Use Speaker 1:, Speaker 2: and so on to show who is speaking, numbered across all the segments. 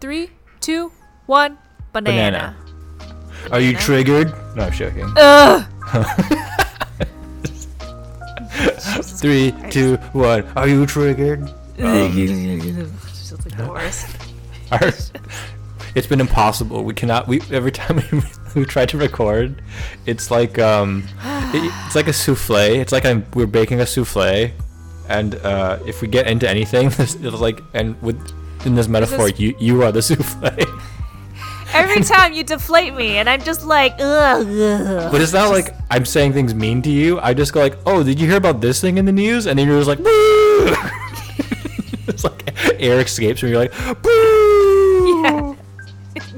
Speaker 1: three, two, one. Banana.
Speaker 2: Are you triggered? No, I'm joking.
Speaker 1: Ugh.
Speaker 2: Three, two, one. Are you triggered?
Speaker 1: It's like the worst.
Speaker 2: Our- it's been impossible. We cannot. We every time we we try to record, it's like um, it- it's like a souffle. It's like I'm we're baking a souffle, and uh, if we get into anything, it's like and with in this metaphor, you you are the souffle.
Speaker 1: Every time you deflate me, and I'm just like, ugh. ugh.
Speaker 2: But it's not like I'm saying things mean to you. I just go like, "Oh, did you hear about this thing in the news?" And then you're just like, "Boo!" it's like air escapes, and you're like, "Boo!"
Speaker 1: Yeah.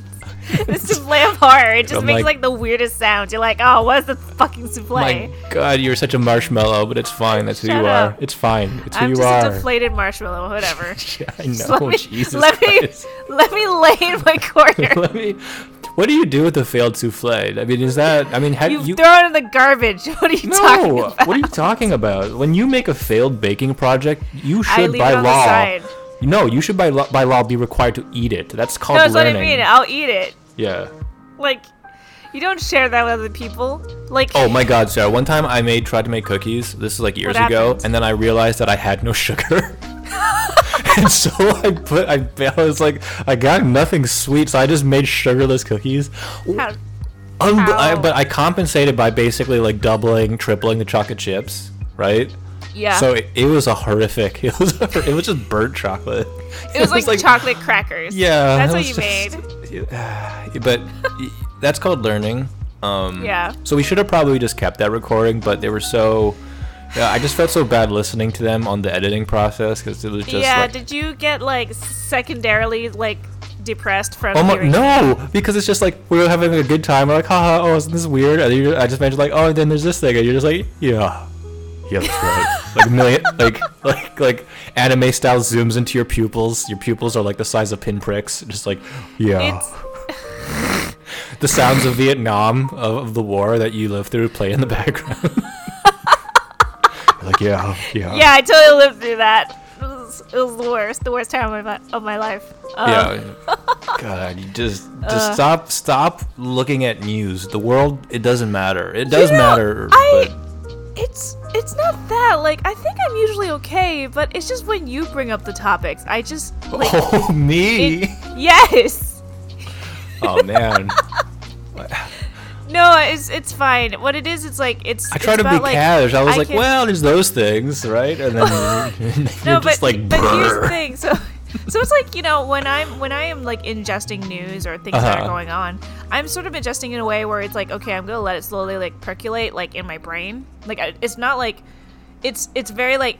Speaker 1: It's souffle of horror. It just
Speaker 2: I'm
Speaker 1: makes
Speaker 2: like-
Speaker 1: like, the weirdest sound. You're like, oh, what's the fucking souffle?
Speaker 2: My God, you're such a marshmallow, but it's fine. That's who
Speaker 1: Shut
Speaker 2: you
Speaker 1: up.
Speaker 2: are. It's fine. It's who
Speaker 1: I'm
Speaker 2: you
Speaker 1: just
Speaker 2: are.
Speaker 1: a deflated marshmallow. Whatever.
Speaker 2: yeah, I
Speaker 1: Just
Speaker 2: know. Jesus
Speaker 1: let me
Speaker 2: Christ.
Speaker 1: let me lay in my corner.
Speaker 2: let me. What do you do with the failed souffle? I mean, is that? I mean, have
Speaker 1: You,
Speaker 2: you?
Speaker 1: throw it in the garbage. What are you talking
Speaker 2: no.
Speaker 1: about?
Speaker 2: What are you talking about? When you make a failed baking project, you
Speaker 1: I
Speaker 2: should
Speaker 1: leave
Speaker 2: by
Speaker 1: it on
Speaker 2: law.
Speaker 1: the side.
Speaker 2: No, you should by law, by law be required to eat it. That's called
Speaker 1: No, that's
Speaker 2: learning.
Speaker 1: what I mean. I'll eat it.
Speaker 2: Yeah.
Speaker 1: Like, you don't share that with other people. Like,
Speaker 2: Oh my God, Sarah! One time I made tried to make cookies. This is like years
Speaker 1: What
Speaker 2: ago,
Speaker 1: happened?
Speaker 2: and then I realized that I had no sugar. and so I put I, I was like I got nothing sweet, so I just made sugarless cookies.
Speaker 1: how-
Speaker 2: Un- I,
Speaker 1: Ow.
Speaker 2: but I compensated by basically like doubling, tripling the chocolate chips, right?
Speaker 1: yeah.
Speaker 2: So it, it was a horrific. It was a, it was just burnt chocolate.
Speaker 1: it was like, chocolate crackers.
Speaker 2: Yeah,
Speaker 1: That's
Speaker 2: it
Speaker 1: what
Speaker 2: was
Speaker 1: you
Speaker 2: just-
Speaker 1: made.
Speaker 2: but y- that's called learning. Um,
Speaker 1: Yeah.
Speaker 2: So we should have probably just kept that recording, but they were so. Yeah, I just felt so bad listening to them on the editing process because it was just.
Speaker 1: yeah.
Speaker 2: like,
Speaker 1: did you get like secondarily like depressed from?
Speaker 2: Oh my,
Speaker 1: hearing
Speaker 2: no! Because it's just like we were having a good time. We're like, haha, oh, isn't this weird? And you I just mentioned like, oh, and then there's this thing, and you're just like, yeah, yeah, that's right. like million, like like like anime style zooms into your pupils. Your pupils are like the size of pinpricks. Just like, yeah.
Speaker 1: It's
Speaker 2: the sounds of Vietnam of, of the war that you lived through play in the background. like yeah, yeah,
Speaker 1: yeah. I totally lived through that. It was, it was the worst. The worst time of my, of my life. Um,
Speaker 2: Yeah. God, you just just
Speaker 1: Uh.
Speaker 2: stop stop looking at news. The world it doesn't matter. It does
Speaker 1: know,
Speaker 2: matter.
Speaker 1: I-
Speaker 2: but
Speaker 1: It's it's not that like I think I'm usually okay, but it's just when you bring up the topics, I just like
Speaker 2: oh me.
Speaker 1: it- yes.
Speaker 2: oh man,
Speaker 1: No, it's it's fine. What it is, it's like it's.
Speaker 2: I tried
Speaker 1: it's
Speaker 2: to be
Speaker 1: about, like,
Speaker 2: cash. I was
Speaker 1: I
Speaker 2: like,
Speaker 1: can-
Speaker 2: well, there's those things, right? And then you're,
Speaker 1: no, but
Speaker 2: just like,
Speaker 1: but here's the
Speaker 2: "Brr."
Speaker 1: thing. So, so it's like you know when I'm when I am like ingesting news or things that
Speaker 2: Uh-huh.
Speaker 1: are going on, I'm sort of ingesting in a way where it's like okay, I'm gonna let it slowly like percolate like in my brain. Like I- it's not like, it's it's very like,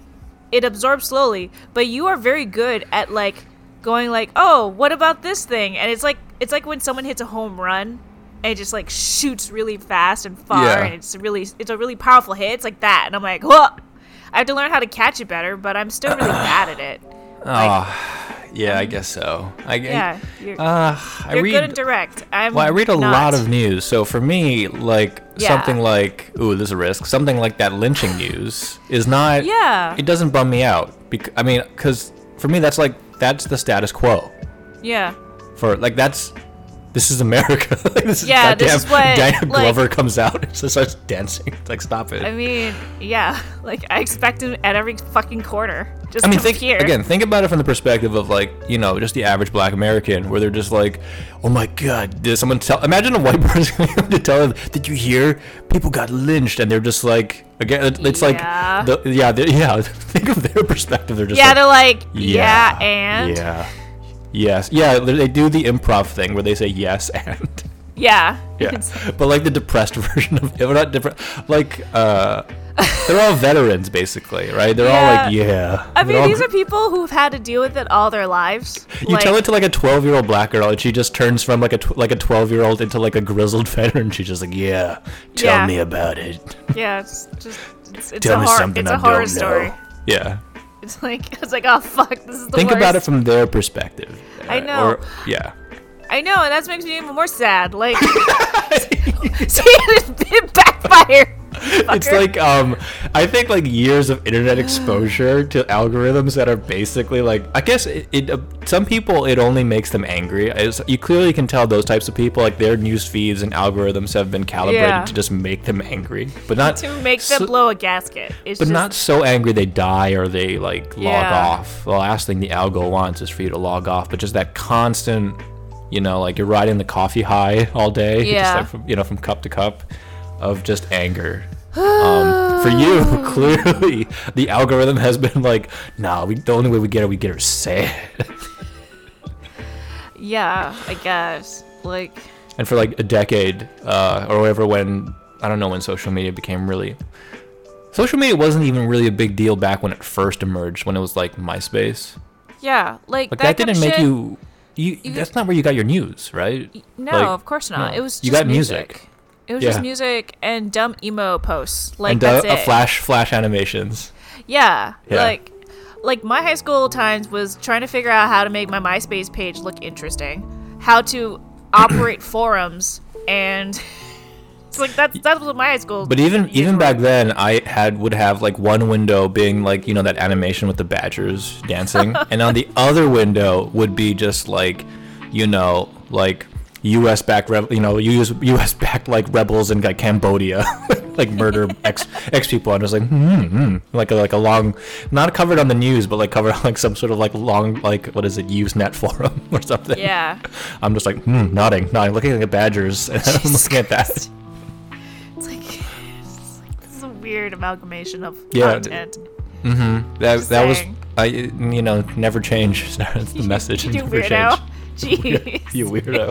Speaker 1: it absorbs slowly. But you are very good at like going like oh what about this thing and it's like it's like when someone hits a home run and it just like shoots really fast and far
Speaker 2: Yeah.
Speaker 1: and it's really it's a really powerful hit it's like that and i'm like whoa i have to learn how to catch it better but i'm still really bad at it
Speaker 2: Ah, yeah, I guess so. I,
Speaker 1: um, yeah you're,
Speaker 2: Uh, I
Speaker 1: you're
Speaker 2: read.
Speaker 1: good and direct i'm
Speaker 2: well, I read a
Speaker 1: not.
Speaker 2: lot of news, so for me, like
Speaker 1: Yeah.
Speaker 2: something like ooh, this is a risk. Something like that lynching news is not.
Speaker 1: Yeah.
Speaker 2: It doesn't bum me out. Bec- I mean, because for me, that's like that's the status quo.
Speaker 1: yeah
Speaker 2: For like that's. This is America. Like, this is
Speaker 1: Yeah, this is
Speaker 2: goddamn-
Speaker 1: what,
Speaker 2: Diana
Speaker 1: like-
Speaker 2: Glover comes out and just starts dancing. It's like, stop it.
Speaker 1: i mean yeah like i expect it at every fucking corner just
Speaker 2: I mean,
Speaker 1: come
Speaker 2: think
Speaker 1: here
Speaker 2: again. Think about it from the perspective of like you know, just the average Black American, where they're just like, "Oh my God, did someone tell?" Imagine a white person having to tell them, "Did you hear? People got lynched," and they're just like, again, it- it's
Speaker 1: Yeah.
Speaker 2: like, the, yeah, they- yeah. Think of their perspective. They're just
Speaker 1: yeah
Speaker 2: like,
Speaker 1: they're like yeah, and yeah,
Speaker 2: yeah, yes, yeah. They they do the improv thing where they say yes and. Yeah,
Speaker 1: It's-
Speaker 2: but like the depressed version of it, not different. Like, uh, they're all veterans basically, right? They're all like, yeah.
Speaker 1: I
Speaker 2: They're
Speaker 1: mean,
Speaker 2: all
Speaker 1: these are people who've had to deal with it all their lives.
Speaker 2: You
Speaker 1: like,
Speaker 2: tell it to like a twelve-year-old black girl, and she just turns from like a tw- like a twelve-year-old into like a grizzled veteran. She's just like, "Yeah, tell
Speaker 1: Yeah.
Speaker 2: me about it.
Speaker 1: Yeah, it's just it's, it's
Speaker 2: Tell
Speaker 1: a
Speaker 2: me
Speaker 1: horror.
Speaker 2: something
Speaker 1: It's
Speaker 2: I
Speaker 1: a horror
Speaker 2: don't
Speaker 1: story.
Speaker 2: know." Yeah,
Speaker 1: It's like it's like oh fuck, this is the
Speaker 2: think
Speaker 1: worst.
Speaker 2: about it from their perspective.
Speaker 1: I
Speaker 2: uh,
Speaker 1: know.
Speaker 2: or- yeah,
Speaker 1: I know, and that makes me even more sad. Like, see, it, it backfired.
Speaker 2: it's like um, I think like years of internet exposure to algorithms that are basically like I guess it, it uh, some people it only makes them angry. It's, you clearly can tell those types of people like their news feeds and algorithms have been calibrated
Speaker 1: Yeah.
Speaker 2: to just make them angry, but not
Speaker 1: to make them
Speaker 2: so-
Speaker 1: blow a gasket. It's
Speaker 2: but
Speaker 1: just,
Speaker 2: not so angry they die or they like log
Speaker 1: Yeah.
Speaker 2: off. The last thing the algo wants is for you to log off, but just that constant, you know, like you're riding the coffee high all day,
Speaker 1: Yeah.
Speaker 2: just like from, you know, from cup to cup of just anger. Um, for you, clearly, the algorithm has been like, nah, we, the only way we get her, we get her sad.
Speaker 1: yeah, I guess. Like,
Speaker 2: and for like a decade uh, or whatever when i don't know when social media became really social media wasn't even really a big deal back when it first emerged when it was like myspace
Speaker 1: yeah, like,
Speaker 2: like that,
Speaker 1: kind of
Speaker 2: didn't make
Speaker 1: shit-
Speaker 2: you, you that's not where you got your news right
Speaker 1: No,
Speaker 2: Like,
Speaker 1: of course not.
Speaker 2: no.
Speaker 1: It was just
Speaker 2: You got music.
Speaker 1: It was
Speaker 2: Yeah.
Speaker 1: just music and dumb emo posts. Like
Speaker 2: and uh,
Speaker 1: that's
Speaker 2: uh,
Speaker 1: it.
Speaker 2: flash flash animations
Speaker 1: Yeah,
Speaker 2: Yeah.
Speaker 1: Like like my high school times was trying to figure out how to make my MySpace page look interesting, how to operate forums and it's like that's that was what my high school
Speaker 2: but even even back then i had would have like one window being like you know that animation with the badgers dancing and on the other window would be just like you know like us back rev- you know us us back like rebels in like cambodia like murder ex ex people and it was like hmm, hmm like a, like a long not covered on the news but like covered on like some sort of like long like what is it usenet forum or something
Speaker 1: Yeah.
Speaker 2: i'm just like hmm nodding nodding looking at the badgers and i'm looking at that
Speaker 1: It's like it's like this is a weird amalgamation of
Speaker 2: Yeah,
Speaker 1: content.
Speaker 2: That
Speaker 1: Just
Speaker 2: that was
Speaker 1: saying.
Speaker 2: I you know never change. That's the message.
Speaker 1: You
Speaker 2: never
Speaker 1: weirdo.
Speaker 2: change.
Speaker 1: Jeez.
Speaker 2: You weirdo.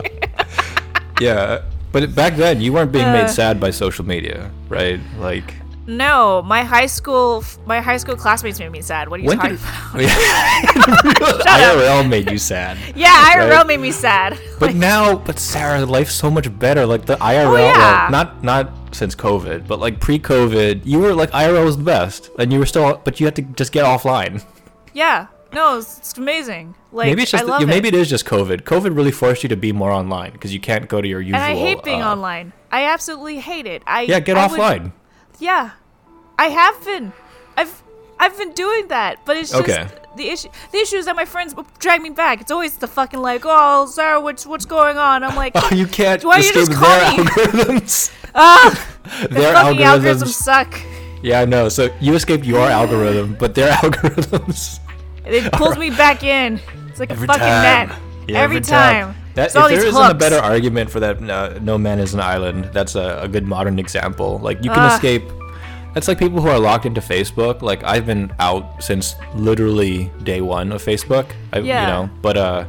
Speaker 2: yeah, but back then you weren't being
Speaker 1: Uh.
Speaker 2: made sad by social media, right? Like
Speaker 1: No, my high school my high school classmates made me sad. What are you
Speaker 2: when
Speaker 1: talking
Speaker 2: did
Speaker 1: about?
Speaker 2: IRL made you sad?
Speaker 1: Yeah, IRL
Speaker 2: Right.
Speaker 1: made me sad.
Speaker 2: But now, but Sarah, life's so much better. Like the IRL, well,
Speaker 1: Oh, yeah.
Speaker 2: not not since COVID, but like pre-COVID, you were like IRL was the best, and you were still, but you had to just get offline.
Speaker 1: Yeah. No, it's, it's amazing. Like
Speaker 2: maybe it's just
Speaker 1: I love
Speaker 2: yeah, maybe
Speaker 1: it.
Speaker 2: it is just COVID. COVID really forced you to be more online because you can't go to your usual.
Speaker 1: And I hate being
Speaker 2: uh,
Speaker 1: online. I absolutely hate it. I
Speaker 2: Yeah, get
Speaker 1: I would-
Speaker 2: offline.
Speaker 1: yeah, I have been. I've I've been doing that, but it's just
Speaker 2: Okay.
Speaker 1: the issue. The issue is that my friends will drag me back. It's always the fucking like, oh Sarah, what's what's going on? I'm like,
Speaker 2: Oh, you can't
Speaker 1: Why don't you
Speaker 2: escape
Speaker 1: just
Speaker 2: their
Speaker 1: call me?
Speaker 2: algorithms.
Speaker 1: ah,
Speaker 2: their
Speaker 1: fucking
Speaker 2: algorithms.
Speaker 1: algorithms suck.
Speaker 2: Yeah, I know. So you escaped your algorithm, but their algorithms.
Speaker 1: It pulls me back in. It's like a
Speaker 2: Every
Speaker 1: fucking
Speaker 2: time.
Speaker 1: net.
Speaker 2: Yeah,
Speaker 1: every, time.
Speaker 2: That, if
Speaker 1: It's all
Speaker 2: there
Speaker 1: these
Speaker 2: isn't a
Speaker 1: hooks.
Speaker 2: better argument for that, uh, no man is an island. That's a, a good modern example. Like you can
Speaker 1: Ugh.
Speaker 2: escape. That's like people who are locked into Facebook. Like I've been out since literally day one of Facebook. I,
Speaker 1: Yeah.
Speaker 2: You know, but uh,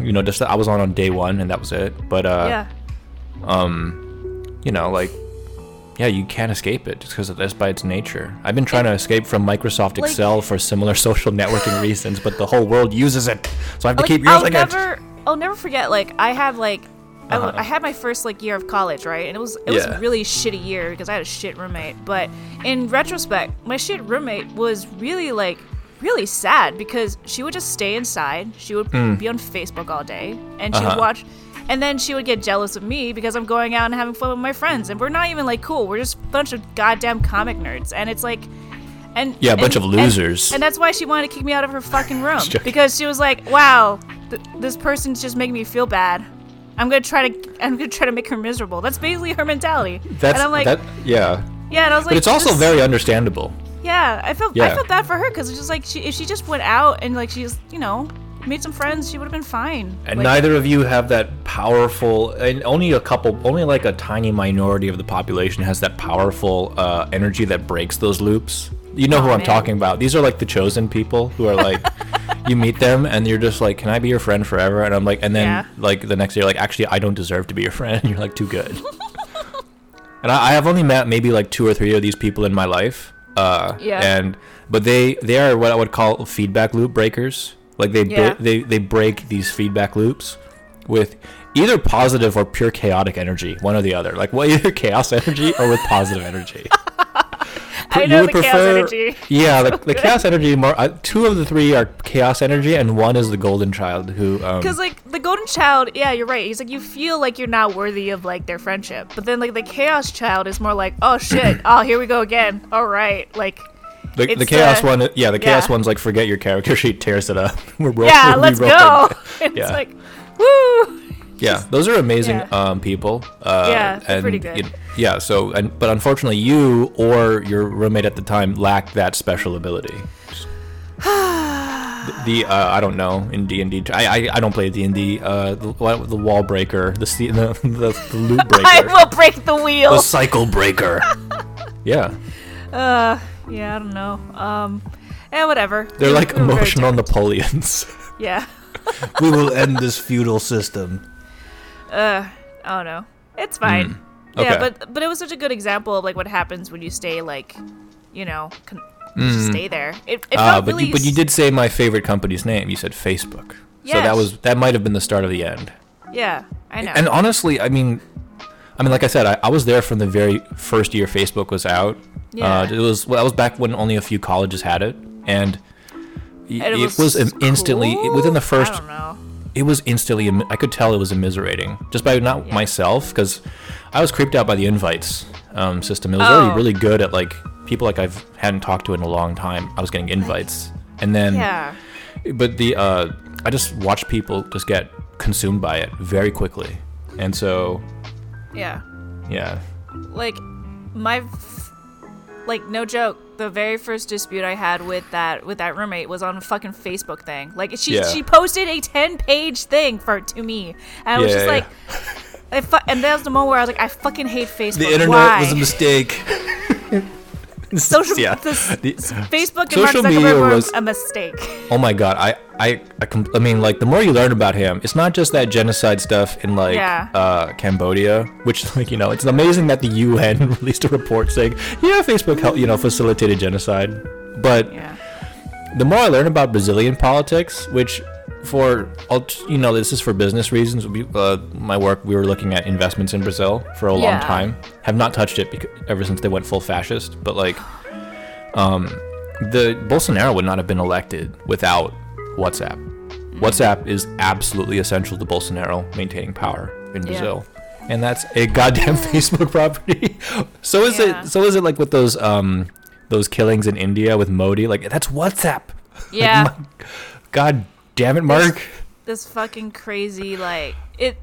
Speaker 2: you know, just I was on on day one and that was it. But uh,
Speaker 1: Yeah.
Speaker 2: you know, like, yeah, you can't escape it just because of this by its nature. I've been trying to escape from Microsoft
Speaker 1: Like-
Speaker 2: Excel for similar social networking reasons, but the whole world uses it, so I have to
Speaker 1: Like,
Speaker 2: keep
Speaker 1: I'll
Speaker 2: using it.
Speaker 1: never, I'll never forget. Like I have like, I w I
Speaker 2: Uh-huh.
Speaker 1: I I, had my first like year of college, right? And it was it was
Speaker 2: Yeah.
Speaker 1: a really shitty year because I had a shit roommate. But in retrospect, my shit roommate was really like really sad because she would just stay inside. She would be on Facebook all day, and she would
Speaker 2: Hmm. Uh-huh.
Speaker 1: watch. And then she would get jealous of me because I'm going out and having fun with my friends, and we're not even like cool. We're just a bunch of goddamn comic nerds, and it's like, and
Speaker 2: Yeah, a bunch
Speaker 1: and-
Speaker 2: of
Speaker 1: and-
Speaker 2: losers.
Speaker 1: and that's why she wanted to kick me out of her fucking room
Speaker 2: joking.
Speaker 1: because she was like, "Wow, th- this person's just making me feel bad. I'm gonna try to, I'm gonna try to make her miserable." That's basically her mentality.
Speaker 2: That's
Speaker 1: and I'm like,
Speaker 2: that, yeah.
Speaker 1: yeah, and I was like,
Speaker 2: But it's also
Speaker 1: this-
Speaker 2: very understandable.
Speaker 1: yeah. I felt, I
Speaker 2: Yeah.
Speaker 1: felt bad for her because it's just like she, if she just went out and like she just, you know, made some friends, she would have been fine.
Speaker 2: And
Speaker 1: Like,
Speaker 2: neither of you have that powerful, and only a couple, only like a tiny minority of the population has that powerful uh, energy that breaks those loops. You know who I'm
Speaker 1: Oh, man.
Speaker 2: talking about. These are like the chosen people who are like, you meet them and you're just like, can I be your friend forever? And I'm like, and then
Speaker 1: Yeah.
Speaker 2: like the next day, you're like, actually, I don't deserve to be your friend. You're like, too good. and I, I have only met maybe like two or three of these people in my life. Uh,
Speaker 1: Yeah.
Speaker 2: And but they they are what I would call feedback loop breakers. Like they
Speaker 1: Yeah.
Speaker 2: ba- they they break these feedback loops with either positive or pure chaotic energy, one or the other. Like well, either chaos energy or with positive energy. pr-
Speaker 1: I
Speaker 2: you
Speaker 1: know
Speaker 2: would
Speaker 1: the chaos
Speaker 2: prefer-
Speaker 1: energy.
Speaker 2: Yeah, the, the chaos energy. More, uh, two of the three are chaos energy, and one is the golden child who. Um,
Speaker 1: Because like the golden child, yeah, you're right. He's like you feel like you're not worthy of like their friendship, but then like the chaos child is more like, oh shit, oh here we go again. All right, like
Speaker 2: the, the
Speaker 1: it's
Speaker 2: chaos
Speaker 1: the-
Speaker 2: one, yeah, the chaos
Speaker 1: yeah.
Speaker 2: one's like forget your character sheet, tears it up. We're ro-
Speaker 1: yeah,
Speaker 2: we're
Speaker 1: let's
Speaker 2: rebuilding.
Speaker 1: go. And
Speaker 2: Yeah.
Speaker 1: it's like, woo.
Speaker 2: Yeah, those are amazing
Speaker 1: yeah.
Speaker 2: um, people. Uh,
Speaker 1: Yeah, they're
Speaker 2: and
Speaker 1: pretty good.
Speaker 2: it- yeah, so and but unfortunately, you or your roommate at the time lacked that special ability. the uh, I don't know in D and D. I I I don't play D and D. Uh, the, what- the wall breaker, the se- the the, the loop
Speaker 1: I
Speaker 2: breaker,
Speaker 1: will break the wheel.
Speaker 2: the cycle breaker. yeah,
Speaker 1: Uh, yeah, I don't know. Um, eh, whatever.
Speaker 2: they're like
Speaker 1: We were very
Speaker 2: emotional Napoleons.
Speaker 1: tired. Yeah.
Speaker 3: we will end this feudal system.
Speaker 1: Uh, oh no, it's fine.
Speaker 2: Hmm. Okay.
Speaker 1: Yeah, but but it was such a good example of like what happens when you stay like, you know, con- just stay there. It, it
Speaker 2: Uh,
Speaker 1: felt
Speaker 2: Hmm. but
Speaker 1: really.
Speaker 2: you, but you
Speaker 1: s-
Speaker 2: did say my favorite company's name. You said Facebook. So that
Speaker 1: Yes.
Speaker 2: was that might have been the start of the end.
Speaker 1: Yeah, I know.
Speaker 2: And honestly, I mean, I mean, like I said, I, I was there from the very first year Facebook was out.
Speaker 1: Yeah.
Speaker 2: Uh, it was well, that was back when only a few colleges had it, and, y-
Speaker 1: And
Speaker 2: it, was, im- instantly
Speaker 1: cool?
Speaker 2: within the
Speaker 1: I
Speaker 2: first.
Speaker 1: don't know.
Speaker 2: It was instantly. em- I could tell it was immiserating just by not myself because I was creeped out by the invites um, system. It was
Speaker 1: Oh.
Speaker 2: already really good at like people like I've hadn't talked to in a long time. I was getting invites, and then
Speaker 1: Yeah.
Speaker 2: but the uh, I just watched people just get consumed by it very quickly, and so
Speaker 1: Yeah.
Speaker 2: yeah,
Speaker 1: like my f- like no joke the very first dispute i had with that with that roommate was on a fucking facebook thing like she
Speaker 2: Yeah.
Speaker 1: she posted a 10 page thing for to me and i was
Speaker 2: Yeah,
Speaker 1: just
Speaker 2: yeah,
Speaker 1: like I fu- and that was the moment where i was like i fucking hate facebook
Speaker 3: The internet
Speaker 1: Why?
Speaker 3: was a mistake.
Speaker 1: social
Speaker 2: yeah.
Speaker 1: this-
Speaker 2: The-
Speaker 1: facebook and mark
Speaker 2: Social media
Speaker 1: zuckerberg was
Speaker 2: was-
Speaker 1: a mistake
Speaker 2: oh my god, I I I, com- I mean like the more you learn about him, it's not just that genocide stuff in like
Speaker 1: Yeah.
Speaker 2: uh, Cambodia, which like you know it's amazing that the UN released a report saying yeah Facebook helped you know facilitated genocide, but
Speaker 1: yeah
Speaker 2: the more I learn about Brazilian politics, which for alt- you know this is for business reasons. We, uh, my work we were looking at investments in Brazil for a long
Speaker 1: Yeah.
Speaker 2: time. Have not touched it because, ever since they went full fascist. But like, um, the Bolsonaro would not have been elected without WhatsApp. WhatsApp is absolutely essential to Bolsonaro maintaining power in Brazil. And that's a goddamn Facebook property. so is
Speaker 1: Yeah.
Speaker 2: it so is it like with those um those killings in India with Modi? Like that's WhatsApp.
Speaker 1: yeah
Speaker 2: Like, my- God damn it, Mark.
Speaker 1: this fucking crazy like it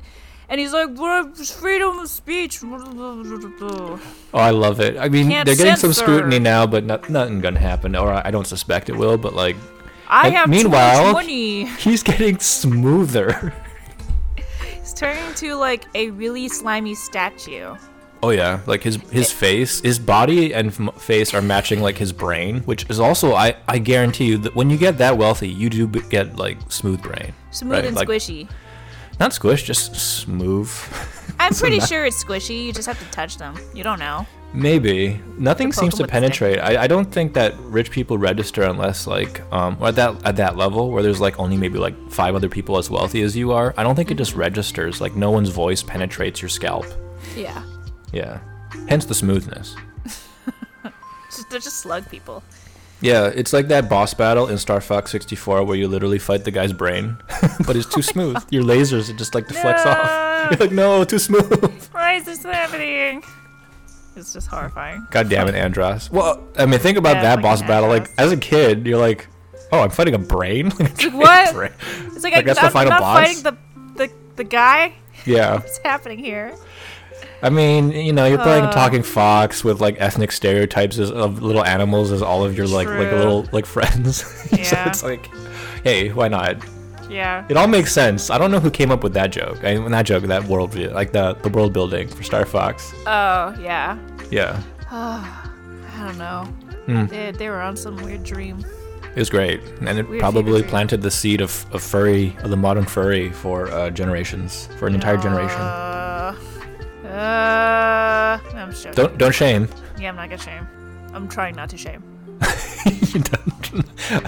Speaker 1: and he's like what freedom of speech
Speaker 2: Oh, I love it. I mean,
Speaker 1: Can't
Speaker 2: they're getting some
Speaker 1: censor.
Speaker 2: scrutiny now, but not, nothing gonna happen. Or I I don't suspect it will. But like,
Speaker 1: i
Speaker 2: And
Speaker 1: have
Speaker 2: meanwhile-
Speaker 1: too much money
Speaker 2: he's getting smoother.
Speaker 1: It's turning to like a really slimy statue.
Speaker 2: Oh yeah, like his his face, his body and m- face are matching like his brain, which is also I I guarantee you that when you get that wealthy, you do b- get like smooth brain,
Speaker 1: Smooth
Speaker 2: right?
Speaker 1: and
Speaker 2: Like,
Speaker 1: squishy.
Speaker 2: Not squish, just smooth.
Speaker 1: I'm pretty sure it's squishy. You just have to touch them. You don't know.
Speaker 2: Maybe nothing
Speaker 1: poke
Speaker 2: seems
Speaker 1: him with
Speaker 2: to
Speaker 1: a stick.
Speaker 2: penetrate. I, I don't think that rich people register unless like um or at that at that level where there's like only maybe like five other people as wealthy as you are. I don't think it just registers. Like no one's voice penetrates your scalp.
Speaker 1: Yeah.
Speaker 2: Yeah, hence the smoothness.
Speaker 1: Just, they're just slug people.
Speaker 2: Yeah, it's like that boss battle in Star Fox 64 where you literally fight the guy's brain, but it's too smooth. Your lasers it just like deflects off. You're like, no, too smooth.
Speaker 1: Why is this happening? It's just horrifying.
Speaker 2: God damn it, Andros. Well, I mean, think about
Speaker 1: Yeah,
Speaker 2: that
Speaker 1: fucking
Speaker 2: boss battle. Like,
Speaker 1: Andros.
Speaker 2: as a kid, you're like, oh, I'm fighting a brain. Like,
Speaker 1: what? It's like,
Speaker 2: Like,
Speaker 1: I,
Speaker 2: that's the
Speaker 1: I'm
Speaker 2: final
Speaker 1: not
Speaker 2: boss?
Speaker 1: fighting the, the the guy.
Speaker 2: Yeah.
Speaker 1: What's happening here?
Speaker 2: I mean, you know, you're playing
Speaker 1: Uh.
Speaker 2: Talking Fox with like ethnic stereotypes as, of little animals as all of your like like
Speaker 1: True.
Speaker 2: little like friends. so
Speaker 1: Yeah.
Speaker 2: it's like, hey, why not?
Speaker 1: Yeah.
Speaker 2: It all makes sense. I don't know who came up with that joke. I mean, that joke, that worldview, like the the world building for Star Fox.
Speaker 1: Oh yeah.
Speaker 2: Yeah,
Speaker 1: I don't know.
Speaker 2: Hmm.
Speaker 1: They, they were on some weird dream.
Speaker 2: it was great, and it
Speaker 1: Weird
Speaker 2: probably
Speaker 1: favorite.
Speaker 2: planted the seed of, of furry, of the modern furry, for uh, generations, for an entire generation.
Speaker 1: Uh. Uh. I'm sure.
Speaker 2: Don't don't shame.
Speaker 1: Yeah, I'm not gonna shame. I'm trying not to shame.
Speaker 2: You don't-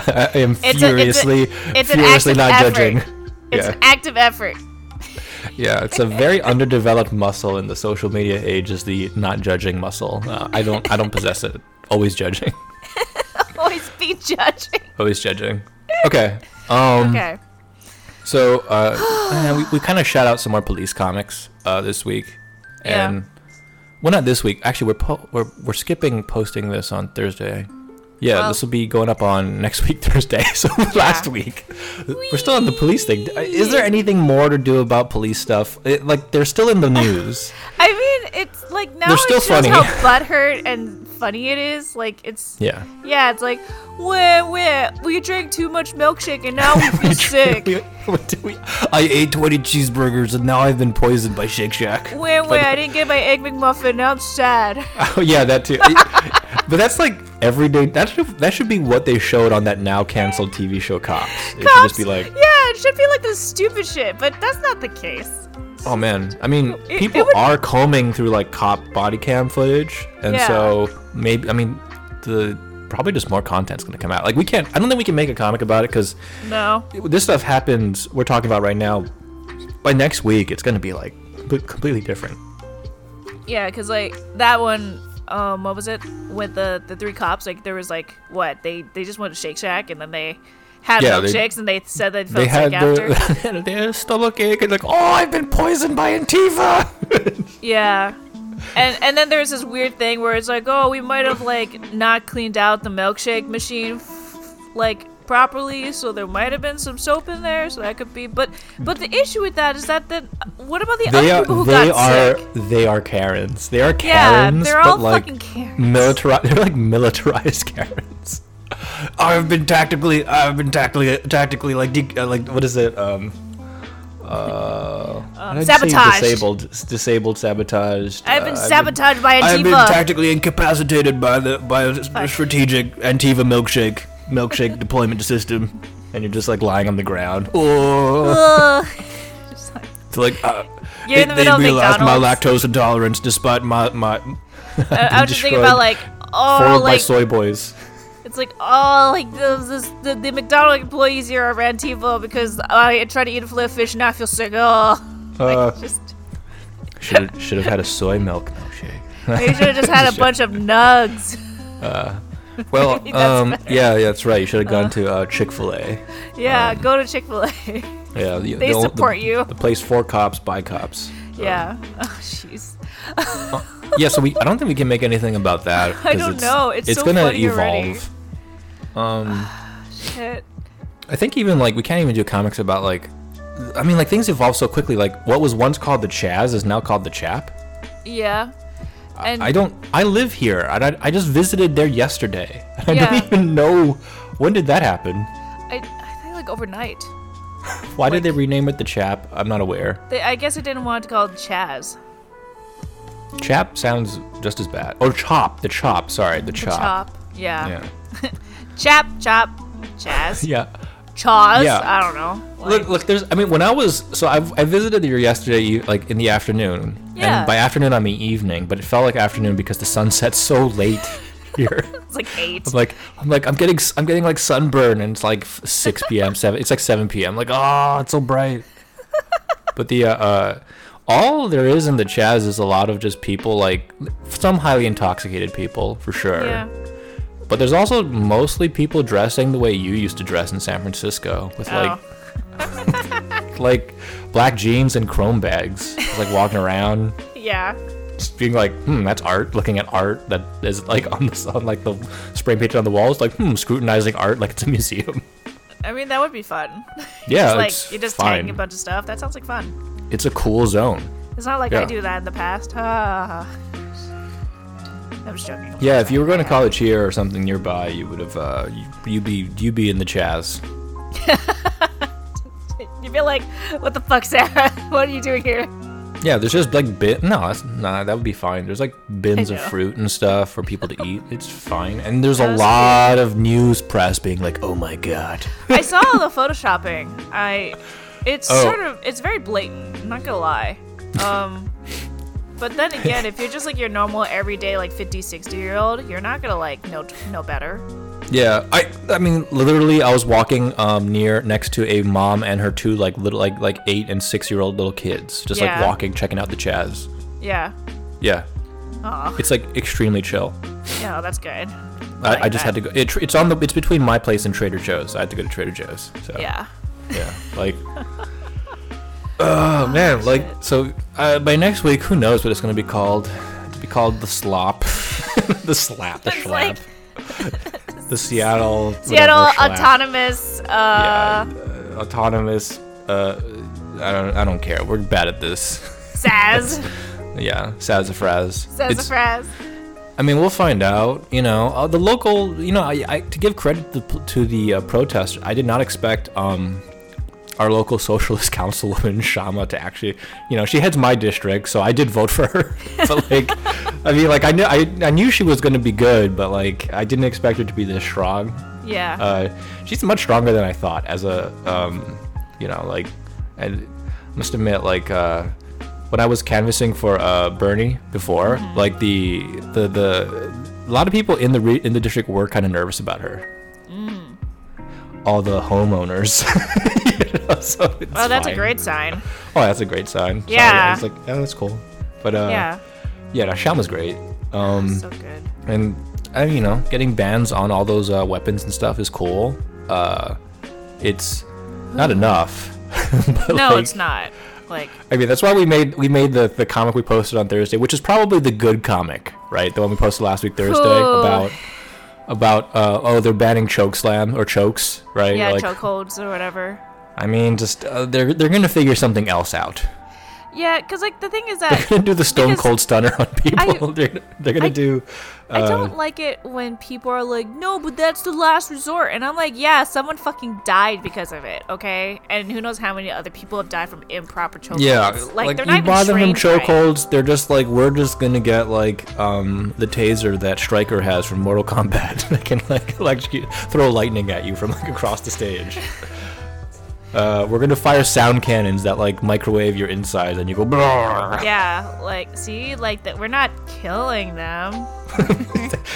Speaker 2: I I am
Speaker 1: It's a- it's a-
Speaker 2: furiously,
Speaker 1: it's an act
Speaker 2: furiously
Speaker 1: of
Speaker 2: not
Speaker 1: effort.
Speaker 2: judging.
Speaker 1: It's
Speaker 2: Yeah.
Speaker 1: an active effort.
Speaker 2: Yeah, it's a very underdeveloped muscle in the social media age. Is the not judging muscle? Uh, I don't. I don't possess it. Always judging.
Speaker 1: Always be judging.
Speaker 2: Always judging. Okay. Um.
Speaker 1: Okay.
Speaker 2: So uh, eh, we, we kind of shout out some more police comics uh, this week,
Speaker 1: Yeah.
Speaker 2: and well, not this week. Actually, we're po- we're we're skipping posting this on Thursday. Yeah,
Speaker 1: Well-
Speaker 2: this will be going up on next week Thursday. So last week, we're still on the police thing. uh, Is there anything more to do about police stuff? It, like they're still in the news.
Speaker 1: I mean, it's like now
Speaker 2: They're
Speaker 1: it
Speaker 2: still
Speaker 1: shows
Speaker 2: funny.
Speaker 1: how butthurt and funny it is. Like it's
Speaker 2: yeah.
Speaker 1: yeah, it's like where where we drank too much milkshake and now we feel sick.
Speaker 2: We- what do we-
Speaker 3: I ate 20 cheeseburgers and now I've been poisoned by Shake Shack.
Speaker 1: Where where I didn't get my egg McMuffin. Now I'm sad.
Speaker 2: Oh yeah, that too. but that's like everyday. That should that should be what they showed on that now canceled TV show Cops. It should just be like,
Speaker 1: yeah, it should be like this stupid shit, but that's not the case.
Speaker 2: oh man. I mean,
Speaker 1: it
Speaker 2: people
Speaker 1: would-
Speaker 2: are combing through like cop body cam footage, and
Speaker 1: Yeah.
Speaker 2: so maybe I mean, the probably just more content's gonna come out. Like we can't. I don't think we can make a comic about it because
Speaker 1: No.
Speaker 2: this stuff happens. We're talking about right now. By next week, it's gonna be like complete- completely different.
Speaker 1: Yeah, because like that one, um, what was it with the the three cops? Like there was like what they they just went to Shake Shack and then they had
Speaker 2: Yeah, they-
Speaker 1: milkshakes and they said they felt
Speaker 2: They had
Speaker 1: sick after.
Speaker 2: their, their stomach ache and like, oh, I've been poisoned by Antifa.
Speaker 1: yeah. And, and then there's this weird thing where it's like, oh, we might have like not cleaned out the milkshake machine f- like properly, so there might have been some soap in there, so that could be. But but the issue with that is that then what about the
Speaker 2: they
Speaker 1: other
Speaker 2: are
Speaker 1: people who
Speaker 2: they
Speaker 1: got
Speaker 2: are
Speaker 1: sick?
Speaker 2: they are Karens. They are
Speaker 1: Yeah,
Speaker 2: Karens,
Speaker 1: they're
Speaker 2: but
Speaker 1: all
Speaker 2: like
Speaker 1: fucking Karens.
Speaker 2: militarized. They're like militarized Karens.
Speaker 3: I've been tactically, I've been tactically, tactically like, de- uh, like,
Speaker 2: What is it? Um, uh, how did I say
Speaker 1: Um, sabotaged.
Speaker 2: Disabled, disabled, sabotaged.
Speaker 1: I've been
Speaker 2: uh,
Speaker 1: sabotaged by
Speaker 3: I've been
Speaker 1: Antifa.
Speaker 3: tactically incapacitated by the by a strategic Antiva milkshake milkshake deployment system.
Speaker 2: and you're just like lying on the ground.
Speaker 3: Oh,
Speaker 1: Ugh.
Speaker 3: it's like uh,
Speaker 1: You're in
Speaker 3: they-
Speaker 1: the middle of
Speaker 3: they realized my
Speaker 1: McDonald's.
Speaker 3: lactose intolerance, despite my my
Speaker 1: I, I was just thinking
Speaker 2: destroyed.
Speaker 1: about like all
Speaker 2: Followed by
Speaker 1: Oh, like
Speaker 2: soy boys.
Speaker 1: it's like all like the, this, the the McDonald's employees here are Antifa because I try to eat a filet fish and I feel sick. Oh, like,
Speaker 2: Uh,
Speaker 1: just
Speaker 2: should should have had a soy milk milkshake.
Speaker 1: they should have just had a bunch of nugs.
Speaker 2: Well,
Speaker 1: That's
Speaker 2: um, yeah, yeah, that's right. You should have gone to uh, Chick Fil A.
Speaker 1: Yeah,
Speaker 2: Uh.
Speaker 1: go to Chick Fil A.
Speaker 2: Yeah, the,
Speaker 1: They
Speaker 2: the-
Speaker 1: support
Speaker 2: the,
Speaker 1: you.
Speaker 2: The place for cops by cops.
Speaker 1: yeah. Oh jeez.
Speaker 2: yeah, so we I don't think we can make anything about that. 'cause
Speaker 1: don't know, it's so
Speaker 2: gonna
Speaker 1: funny already.
Speaker 2: evolve. Um,
Speaker 1: Shit.
Speaker 2: I think even like we can't even do comics about like I mean like things evolve so quickly. Like what was once called the Chaz is now called the Chap.
Speaker 1: Yeah. And
Speaker 2: I don't I live here. I, I, I just visited there yesterday. I
Speaker 1: Yeah.
Speaker 2: don't even know when did that happen.
Speaker 1: I, I think like overnight.
Speaker 2: Why did they rename it the Chap? I'm not aware.
Speaker 1: They, I guess I didn't want to call it Chaz.
Speaker 2: Chap sounds just as bad. Or Chop, the Chop. Sorry, the Chop.
Speaker 1: Chop. Yeah.
Speaker 2: Yeah.
Speaker 1: Chap, chop, Chaz.
Speaker 2: Yeah.
Speaker 1: Chaz.
Speaker 2: Yeah.
Speaker 1: I don't know. Like,
Speaker 2: Look, look. There's. I mean, when I was so I, I visited you yesterday, you, like in the afternoon.
Speaker 1: Yeah.
Speaker 2: And by afternoon, I mean evening, but it felt like afternoon because the sun sets so late here.
Speaker 1: it's like eight.
Speaker 2: I'm like, I'm like, I'm getting, s- I'm getting like sunburn, and it's like f- 6 p.m. seven. It's like 7 p.m. Like, ah, it's so bright. but the uh, uh, all there is in the Chaz is a lot of just people like some highly intoxicated people for sure.
Speaker 1: Yeah.
Speaker 2: But there's also mostly people dressing the way you used to dress in San Francisco with like
Speaker 1: Oh.
Speaker 2: like black jeans and chrome bags, Just, like walking around,
Speaker 1: Yeah.
Speaker 2: just being like, hmm, that's art. Looking at art that is like on the on like the spray painted on the walls, like hmm, scrutinizing art like it's a museum.
Speaker 1: I mean, that would be fun.
Speaker 2: Yeah,
Speaker 1: just, like
Speaker 2: Oh, it's
Speaker 1: you're just tagging a
Speaker 2: fine.
Speaker 1: bunch of stuff. That sounds like fun.
Speaker 2: It's a cool zone.
Speaker 1: It's not like I
Speaker 2: Yeah.
Speaker 1: do that in the past. Ah. I was joking.
Speaker 2: Yeah, if you were going to college here or something nearby, you would have uh, you, you'd be you'd be in the Chaz.
Speaker 1: You'd be like, "What the fuck, Sarah? what are you doing here?"
Speaker 2: Yeah, there's just like bin. No, that's nah, that would be fine. There's like bins of
Speaker 1: know.
Speaker 2: fruit and stuff for people to eat. It's fine. And there's a
Speaker 1: That's
Speaker 2: lot of news press being like, "Oh my god."
Speaker 1: I saw all the photoshopping. I, it's
Speaker 2: Oh.
Speaker 1: sort of, it's very blatant. I'm not gonna lie. Um, but then again, if you're just like your normal everyday like 50, 60 year old, you're not gonna like know know better.
Speaker 2: Yeah, I I mean literally I was walking um near next to a mom and her two like little like like 8 and 6 year old little kids just
Speaker 1: Yeah.
Speaker 2: like walking checking out the Chaz.
Speaker 1: Yeah.
Speaker 2: Yeah.
Speaker 1: Oh,
Speaker 2: It's like extremely chill.
Speaker 1: yeah, that's good.
Speaker 2: I,
Speaker 1: like
Speaker 2: I just
Speaker 1: that.
Speaker 2: had to go it, it's on the it's between my place and Trader Joe's. I had to go to Trader Joe's. So
Speaker 1: Yeah.
Speaker 2: yeah like oh man like so uh, by next week who knows what it's going to be called it's be called the slop the slap the
Speaker 1: It's like-
Speaker 2: slap the seattle whatever
Speaker 1: Seattle
Speaker 2: Schlap.
Speaker 1: autonomous. Uh,
Speaker 2: yeah, uh, autonomous uh i don't i don't care we're bad at this
Speaker 1: Saz.
Speaker 2: yeah sassafras It's-
Speaker 1: Sassafras.
Speaker 2: I mean, we'll find out. You know, uh, the local. You know, I, I, to give credit to, the- to the uh, protest, I did not expect um, our local socialist councilwoman Shama to actually. You know, she heads my district, so I did vote for her. but like, I mean, like I knew I, I knew she was going to be good, but like I didn't expect her to be this strong.
Speaker 1: Yeah.
Speaker 2: Uh, she's much stronger than I thought. As a, um, you know, like, I must admit, like, uh, when I was canvassing for uh, Bernie before,
Speaker 1: Mm-hmm.
Speaker 2: like the the the a lot of people in the re- in the district were kind of nervous about her.
Speaker 1: Mm.
Speaker 2: All the homeowners. you know, so it's
Speaker 1: well, Oh, that's
Speaker 2: fine.
Speaker 1: a great sign.
Speaker 2: Oh, that's a great sign. So,
Speaker 1: Yeah.
Speaker 2: it's like yeah, that's cool. But uh, yeah,
Speaker 1: yeah.
Speaker 2: yeah, no, Shama's great. Um,
Speaker 1: so good.
Speaker 2: and and you know getting bans on all those uh, weapons and stuff is cool uh it's not enough but
Speaker 1: No,
Speaker 2: like,
Speaker 1: it's not. Like,
Speaker 2: i mean that's why we made we made the the comic we posted on thursday which is probably the good comic right the one we posted last week thursday
Speaker 1: Cool.
Speaker 2: about about uh oh they're banning choke slam or chokes right
Speaker 1: yeah,
Speaker 2: like
Speaker 1: chokeholds or whatever.
Speaker 2: i mean just uh, they're they're gonna figure something else out
Speaker 1: Yeah, because, like, the thing is that
Speaker 2: do the stone
Speaker 1: Because
Speaker 2: cold stunner on people they're, gonna- they're gonna
Speaker 1: I-
Speaker 2: do uh,
Speaker 1: I don't like it when people are like, no, but that's the last resort. And I'm like, yeah, someone fucking died because of it, okay? And who knows how many other people have died from improper chokeholds.
Speaker 2: Yeah,
Speaker 1: Like, they're
Speaker 2: you
Speaker 1: not even
Speaker 2: bother them
Speaker 1: trained right.
Speaker 2: chokeholds. They're just like we're just gonna get like um the taser that Striker has from Mortal Kombat that can like electrocute, throw lightning at you from like across the stage. uh, we're gonna fire sound cannons that like microwave your insides and you go. "Brrr."
Speaker 1: Yeah, like, see, like, that we're not killing them.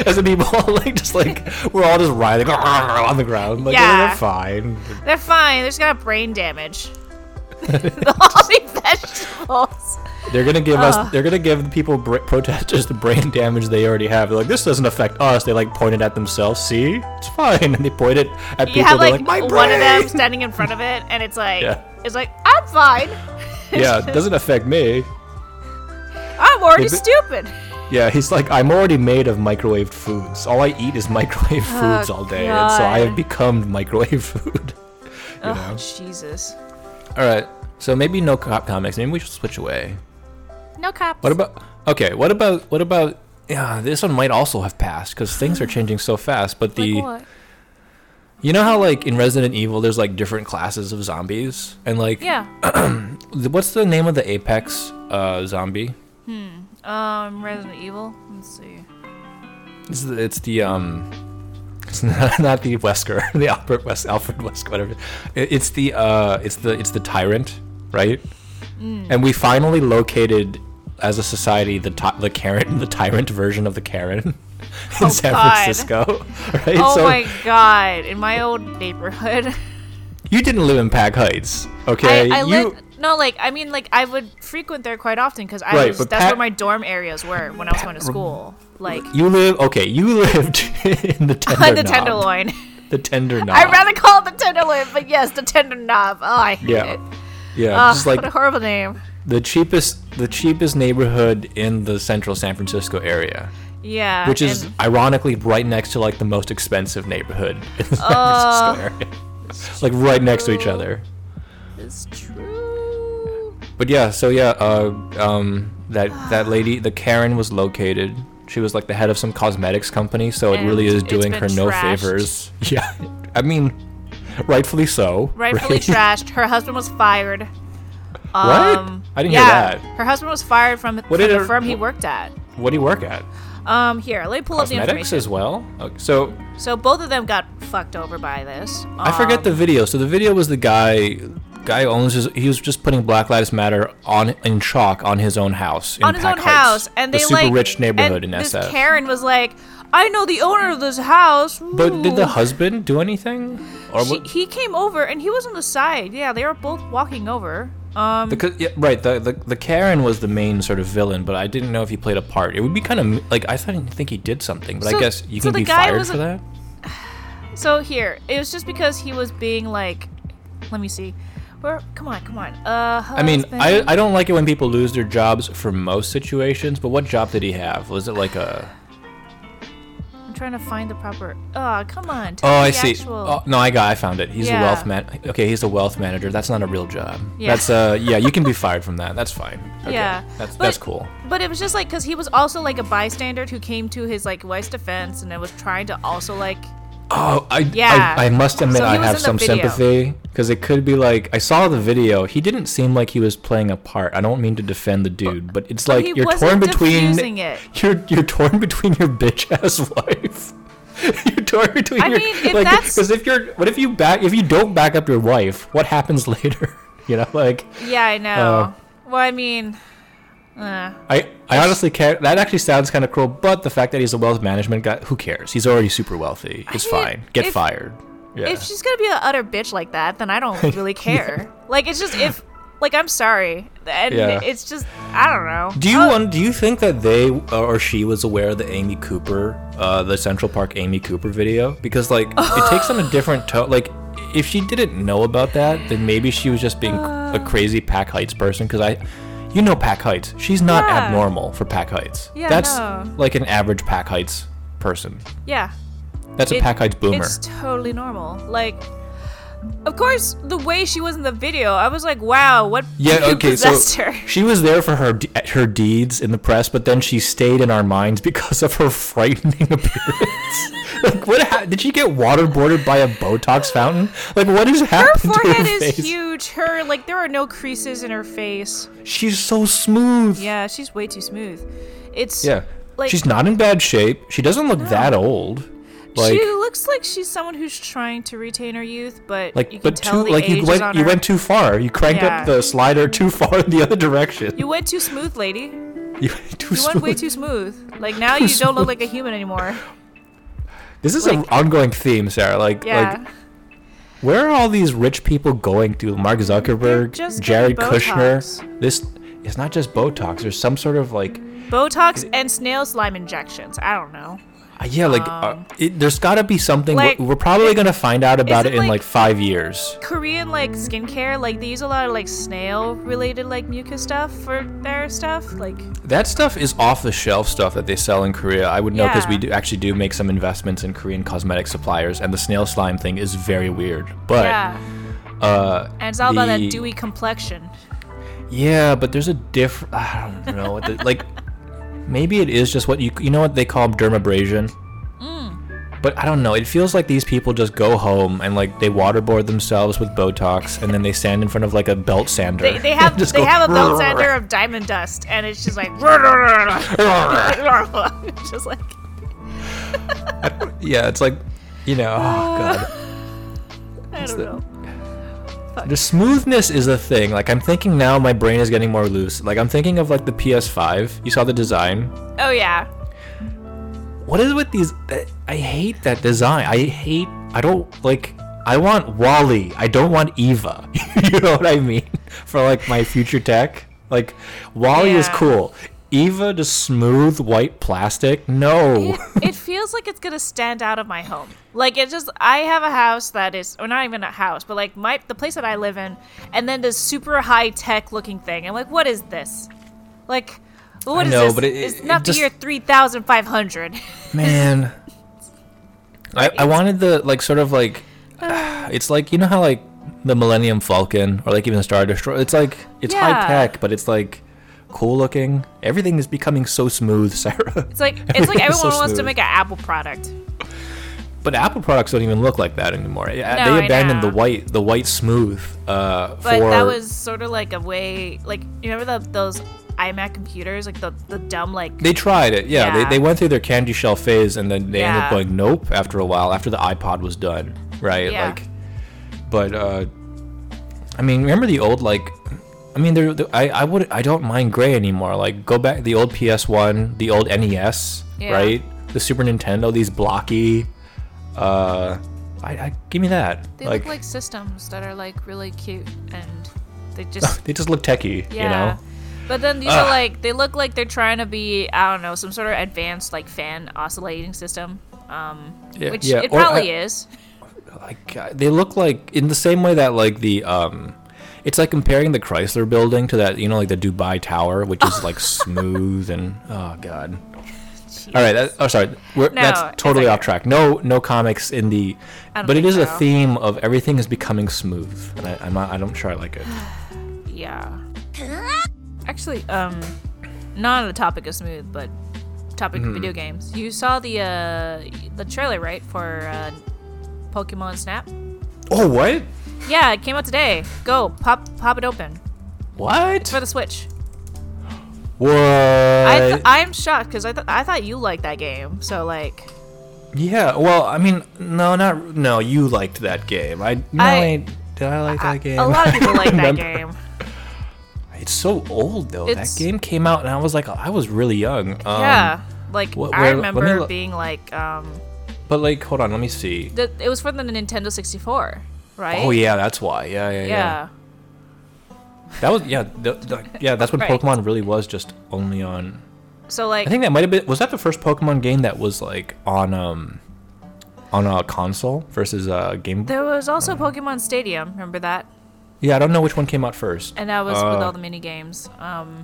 Speaker 2: As the people like just like we're all just writhing "Brrr," on the ground. Like
Speaker 1: Yeah.
Speaker 2: yeah. they're fine.
Speaker 1: They're fine. They just got brain damage. They'll all be vegetables.
Speaker 2: They're gonna give
Speaker 1: Ah.
Speaker 2: us. They're gonna give the people br- protesters the brain damage they already have. They're like, this doesn't affect us. They like pointed at themselves. See, it's fine. And they pointed at people.
Speaker 1: You have
Speaker 2: they're
Speaker 1: like,
Speaker 2: my brain.
Speaker 1: one of them standing in front of it, and it's like,
Speaker 2: Yeah.
Speaker 1: it's like, I'm fine.
Speaker 2: yeah, it doesn't affect me.
Speaker 1: I'm already
Speaker 2: If it-
Speaker 1: stupid.
Speaker 2: Yeah, he's like, I'm already made of microwaved foods. All I eat is microwave
Speaker 1: Oh,
Speaker 2: foods all day, and so I
Speaker 1: God.
Speaker 2: have become microwave food. you
Speaker 1: Oh,
Speaker 2: know.
Speaker 1: Jesus.
Speaker 2: All right. So maybe no cop comics. Maybe we should switch away.
Speaker 1: No cops.
Speaker 2: What about okay? What about what about? Yeah, this one might also have passed because things are changing so fast. But the
Speaker 1: Like what?
Speaker 2: You know how like in Resident Evil there's like different classes of zombies and like
Speaker 1: Yeah.
Speaker 2: th- what's the name of the apex uh, zombie?
Speaker 1: Um, Resident Evil. Let's see.
Speaker 2: It's the, it's the um it's not, not the Wesker, the Albert West Alfred Wesker whatever. It, it's the uh it's the it's the tyrant, right?
Speaker 1: Mm.
Speaker 2: And we finally located as a society the ty- the Karen the tyrant version of the Karen in San
Speaker 1: Oh, God.
Speaker 2: Francisco, right?
Speaker 1: Oh
Speaker 2: so
Speaker 1: my God! In my old neighborhood,
Speaker 2: you didn't live in Pack Heights,
Speaker 1: I,
Speaker 2: okay?
Speaker 1: I
Speaker 2: you
Speaker 1: lived. No, like I mean, like I would frequent there quite often because I
Speaker 2: Right,
Speaker 1: was,
Speaker 2: but
Speaker 1: that's
Speaker 2: Pat-
Speaker 1: where my dorm areas were when I was going to school. Like
Speaker 2: you live okay. You lived in the tender
Speaker 1: on the
Speaker 2: knob.
Speaker 1: tenderloin.
Speaker 2: The tender knob.
Speaker 1: I'd rather call it the tenderloin, but yes, the tender knob. Oh, I hate
Speaker 2: Yeah,
Speaker 1: it.
Speaker 2: yeah.
Speaker 1: Oh,
Speaker 2: just like
Speaker 1: what a horrible name.
Speaker 2: the cheapest, the cheapest neighborhood in the central San Francisco area,
Speaker 1: Yeah.
Speaker 2: which is
Speaker 1: and-
Speaker 2: ironically right next to like the most expensive neighborhood in the
Speaker 1: Ah.
Speaker 2: San Francisco area. like right next to each other.
Speaker 1: it's true.
Speaker 2: But yeah, so yeah, uh, um, that that
Speaker 1: Ah.
Speaker 2: lady, the Karen, was located. She was like the head of some cosmetics company, so it
Speaker 1: And
Speaker 2: really is
Speaker 1: it's
Speaker 2: doing
Speaker 1: been
Speaker 2: her no
Speaker 1: trashed.
Speaker 2: favors. Yeah, I mean, rightfully so.
Speaker 1: Rightfully
Speaker 2: right?
Speaker 1: trashed. Her husband was fired.
Speaker 2: What?
Speaker 1: Um,
Speaker 2: I didn't
Speaker 1: yeah,
Speaker 2: hear that.
Speaker 1: Her husband was fired from, from
Speaker 2: did
Speaker 1: the
Speaker 2: her-
Speaker 1: firm he
Speaker 2: wh-
Speaker 1: worked at.
Speaker 2: What do you work at?
Speaker 1: Um, here, let me pull up the
Speaker 2: Cosmetics
Speaker 1: information.
Speaker 2: as well. Okay, so
Speaker 1: So both of them got fucked over by this.
Speaker 2: I forget
Speaker 1: Um,
Speaker 2: the video. So the video was the guy guy owns his. He was just putting Black Lives Matter on in chalk on his own house. In
Speaker 1: on his
Speaker 2: Pack
Speaker 1: own
Speaker 2: Heights,
Speaker 1: house, and they
Speaker 2: the super
Speaker 1: like
Speaker 2: rich neighborhood
Speaker 1: and
Speaker 2: in
Speaker 1: this
Speaker 2: SF.
Speaker 1: Karen was like, "I know the owner of this house."
Speaker 2: but did
Speaker 1: Ooh.
Speaker 2: the husband do anything? Or
Speaker 1: She-
Speaker 2: what?
Speaker 1: he came over and he was on the side. Yeah, they were both walking over. Um,
Speaker 2: Because yeah, right, the, the the Karen was the main sort of villain, but I didn't know if he played a part. It would be kind of like I thought- didn't think he did something, but
Speaker 1: So-
Speaker 2: I guess you
Speaker 1: so
Speaker 2: can
Speaker 1: the
Speaker 2: be
Speaker 1: guy
Speaker 2: fired
Speaker 1: was
Speaker 2: for
Speaker 1: a-
Speaker 2: that.
Speaker 1: so here, it was just because he was being like, let me see, where? Come on, come on. Uh,
Speaker 2: I mean, I,
Speaker 1: husband-
Speaker 2: I don't like it when people lose their jobs for most situations, but what job did he have? Was it like a?
Speaker 1: I'm trying to find the proper. Oh, come on.
Speaker 2: Oh,
Speaker 1: tell me
Speaker 2: I
Speaker 1: the
Speaker 2: see.
Speaker 1: actual-
Speaker 2: Oh, no, I got. I found it. He's
Speaker 1: Yeah.
Speaker 2: a wealth man. Okay, he's a wealth manager. That's not a real job.
Speaker 1: Yeah.
Speaker 2: That's uh, yeah. You can be fired from that. That's fine. Okay.
Speaker 1: Yeah,
Speaker 2: That's
Speaker 1: but-
Speaker 2: that's cool.
Speaker 1: But it was just like because he was also like a bystander who came to his like wife's defense and was trying to also like
Speaker 2: Oh, I,
Speaker 1: Yeah.
Speaker 2: I, I must admit
Speaker 1: So he
Speaker 2: I
Speaker 1: was
Speaker 2: have
Speaker 1: in the
Speaker 2: some
Speaker 1: video.
Speaker 2: sympathy because it could be like I saw the video. He didn't seem like he was playing a part. I don't mean to defend the dude, but it's like
Speaker 1: he
Speaker 2: you're
Speaker 1: wasn't
Speaker 2: torn between
Speaker 1: diffusing it.
Speaker 2: you're you're torn between your bitch ass wife. you're torn between.
Speaker 1: I
Speaker 2: your,
Speaker 1: mean, if
Speaker 2: like,
Speaker 1: that's-
Speaker 2: because if you're what if you back if you don't back up your wife, what happens later? You know, like
Speaker 1: yeah, I know.
Speaker 2: Oh.
Speaker 1: well, I mean, uh,
Speaker 2: I I honestly care. That actually sounds kind of cruel, but the fact that he's a wealth management guy, who cares? He's already super wealthy. It's
Speaker 1: mean,
Speaker 2: fine. Get
Speaker 1: if-
Speaker 2: fired. Yeah.
Speaker 1: if she's gonna be an utter bitch like that, then I don't really care. Like it's just if like I'm sorry, and
Speaker 2: Yeah.
Speaker 1: it's just I don't know.
Speaker 2: Do you
Speaker 1: Oh,
Speaker 2: want? Do you think that they or she was aware of the Amy Cooper, uh, the Central Park Amy Cooper video? Because like it takes on a different tone. Like if she didn't know about that, then maybe she was just being
Speaker 1: Uh.
Speaker 2: a crazy Pack Heights person. Because I, you know, Pack Heights. She's not
Speaker 1: Yeah.
Speaker 2: abnormal for Pack Heights.
Speaker 1: Yeah,
Speaker 2: That's
Speaker 1: no.
Speaker 2: like an average Pack Heights person.
Speaker 1: Yeah,
Speaker 2: That's a
Speaker 1: It-
Speaker 2: Pack Heights boomer.
Speaker 1: It's totally normal. Like, of course, the way she was in the video, I was like, wow, what
Speaker 2: Yeah,
Speaker 1: who
Speaker 2: okay,
Speaker 1: possessed
Speaker 2: so
Speaker 1: her?
Speaker 2: she was there for her de- her deeds in the press, but then she stayed in our minds because of her frightening appearance. like, what ha- did she get waterboarded by a Botox fountain? Like, what has
Speaker 1: Her
Speaker 2: happened to her
Speaker 1: forehead is
Speaker 2: face?
Speaker 1: huge. Her like there are no creases in her face.
Speaker 2: She's so smooth.
Speaker 1: Yeah, she's way too smooth. It's
Speaker 2: Yeah.
Speaker 1: Like-
Speaker 2: she's not in bad shape. She doesn't look that old. Like,
Speaker 1: she looks like she's someone who's trying to retain her youth, but
Speaker 2: like,
Speaker 1: you can
Speaker 2: but
Speaker 1: tell
Speaker 2: too,
Speaker 1: the
Speaker 2: like
Speaker 1: age
Speaker 2: you
Speaker 1: is on
Speaker 2: went you
Speaker 1: her.
Speaker 2: went too far. You cranked
Speaker 1: Yeah.
Speaker 2: up the slider too far in the other direction.
Speaker 1: you went too smooth, lady. You
Speaker 2: You went too
Speaker 1: went way
Speaker 2: smooth.
Speaker 1: too smooth. Like now you don't look like a human anymore.
Speaker 2: This is an ongoing theme, Sarah. Like,
Speaker 1: Yeah.
Speaker 2: like Where are all these rich people going to? Mark Zuckerberg,
Speaker 1: just
Speaker 2: Jared
Speaker 1: getting Botox.
Speaker 2: Kushner. This it's not just Botox. There's some sort of like,
Speaker 1: Botox and snail slime injections. I don't know.
Speaker 2: uh, yeah, like
Speaker 1: Um,
Speaker 2: uh, it, there's got to be something.
Speaker 1: like,
Speaker 2: we're, we're probably gonna find out about
Speaker 1: isn't
Speaker 2: it in
Speaker 1: like-
Speaker 2: like, five years.
Speaker 1: Korean like skincare, like they use a lot of like snail related like mucus stuff for their stuff. Like
Speaker 2: That stuff is off the shelf stuff that they sell in Korea. I would know because
Speaker 1: Yeah.
Speaker 2: we do actually do make some investments in Korean cosmetic suppliers, and the snail slime thing is very weird. But
Speaker 1: yeah,
Speaker 2: uh,
Speaker 1: and it's all about that
Speaker 2: the-
Speaker 1: dewy complexion.
Speaker 2: Yeah, but there's a diff. I don't know. What the, like, maybe it is just what you you know what they call dermabrasion.
Speaker 1: Mm.
Speaker 2: But I don't know. It feels like these people just go home and like they waterboard themselves with Botox, and then they stand in front of like a belt sander.
Speaker 1: They, they have
Speaker 2: Just
Speaker 1: they
Speaker 2: go,
Speaker 1: have a belt
Speaker 2: "Rrrr."
Speaker 1: sander of diamond dust, and it's just like just like
Speaker 2: yeah, it's like, you know, oh god.
Speaker 1: I don't
Speaker 2: the-
Speaker 1: know.
Speaker 2: The smoothness is a thing. Like I'm thinking now, my brain is getting more loose. Like I'm thinking of like the PS5. You saw the design.
Speaker 1: Oh yeah,
Speaker 2: What is with these? I- I hate that design. I hate. I don't like. I want Wally. I don't want Eva. you know what I mean? For like my future tech. Like Wally is
Speaker 1: Yeah.
Speaker 2: cool. Eva just smooth white plastic. No.
Speaker 1: it, it feels like it's gonna stand out of my home. Like it just, I have a house that is, or not even a house, but like my the place that I live in, and then this super high tech looking thing. I'm like, what is this? Like, what
Speaker 2: I
Speaker 1: is
Speaker 2: know,
Speaker 1: this?
Speaker 2: but it-
Speaker 1: it's
Speaker 2: it-
Speaker 1: not
Speaker 2: it
Speaker 1: the
Speaker 2: just-
Speaker 1: year three thousand five hundred.
Speaker 2: Man. I, I wanted the like sort of like it's like you know how like the Millennium Falcon or like even the Star Destroyer it's like it's
Speaker 1: Yeah.
Speaker 2: high tech but it's like cool looking. Everything is becoming so smooth, Sarah.
Speaker 1: It's like it's like
Speaker 2: Everything's
Speaker 1: everyone
Speaker 2: so
Speaker 1: wants to
Speaker 2: smooth.
Speaker 1: make an Apple product.
Speaker 2: But Apple products don't even look like that anymore. Yeah,
Speaker 1: No, I
Speaker 2: they abandoned
Speaker 1: know.
Speaker 2: the white, the white smooth uh,
Speaker 1: But
Speaker 2: for.
Speaker 1: that was sort of like a way, like you remember the, those iMac computers, like the the dumb like
Speaker 2: they tried it, yeah.
Speaker 1: Yeah.
Speaker 2: They, they went through their candy shell phase, and then they ended
Speaker 1: Yeah.
Speaker 2: up going nope after a while, after the iPod was done, right?
Speaker 1: Yeah.
Speaker 2: Like, but uh, I mean, remember the old like. I mean, there. there- I I would. I don't mind gray anymore. Like, go back the old PS One, the old NES,
Speaker 1: Yeah.
Speaker 2: right? The Super Nintendo. These blocky. Uh, I, I give me that.
Speaker 1: They look like systems that are like really cute and they just
Speaker 2: they just look techie. You
Speaker 1: yeah.
Speaker 2: know.
Speaker 1: But then these are like they look like they're trying to be I don't know some sort of advanced like fan oscillating system, um,
Speaker 2: Yeah,
Speaker 1: which
Speaker 2: yeah,
Speaker 1: it
Speaker 2: or uh,
Speaker 1: probably
Speaker 2: I-
Speaker 1: is.
Speaker 2: like uh, they look like in the same way that like the um it's like comparing the Chrysler building to that you know like the Dubai Tower which is like smooth and oh god. All right, that, oh sorry. We're,
Speaker 1: No, it's
Speaker 2: that's totally
Speaker 1: okay.
Speaker 2: off track. No no comics in the
Speaker 1: I don't
Speaker 2: but it
Speaker 1: think
Speaker 2: is a
Speaker 1: so.
Speaker 2: theme of everything is becoming smooth and I I'm not, I don't sure I like it.
Speaker 1: Yeah. Actually, um, not on the topic of smooth, but topic
Speaker 2: Mm-hmm.
Speaker 1: of video games. You saw the uh the trailer right for uh, Pokemon Snap?
Speaker 2: Oh what?
Speaker 1: Yeah, it came out today. Go pop pop it open
Speaker 2: What?
Speaker 1: for the Switch.
Speaker 2: What? Uh,
Speaker 1: I th- I'm shocked because I th- I thought you liked that game. So like
Speaker 2: yeah, well, I mean, no, not no, you liked that game. I no,
Speaker 1: I-
Speaker 2: I, did I like that game?
Speaker 1: a lot of people like that
Speaker 2: Remember?
Speaker 1: game.
Speaker 2: It's so old though.
Speaker 1: It's-
Speaker 2: that game came out and I was like, I was really young. Um,
Speaker 1: yeah, like
Speaker 2: wh-
Speaker 1: I
Speaker 2: where- let me
Speaker 1: remember
Speaker 2: look-
Speaker 1: being like um
Speaker 2: But like, hold on, let me see.
Speaker 1: th- it was for the Nintendo 64, right?
Speaker 2: Oh yeah, that's why. Yeah, yeah, yeah.
Speaker 1: Yeah.
Speaker 2: That was yeah, th th- yeah. That's when
Speaker 1: Right.
Speaker 2: Pokemon really was just only on.
Speaker 1: So like
Speaker 2: I think that might have been. Was that the first Pokemon game that was like on um, on a console versus a game?
Speaker 1: There was also Pokemon Stadium. Remember that?
Speaker 2: yeah, I don't know which one came out first.
Speaker 1: And that was with
Speaker 2: Uh.
Speaker 1: all the mini games. Um,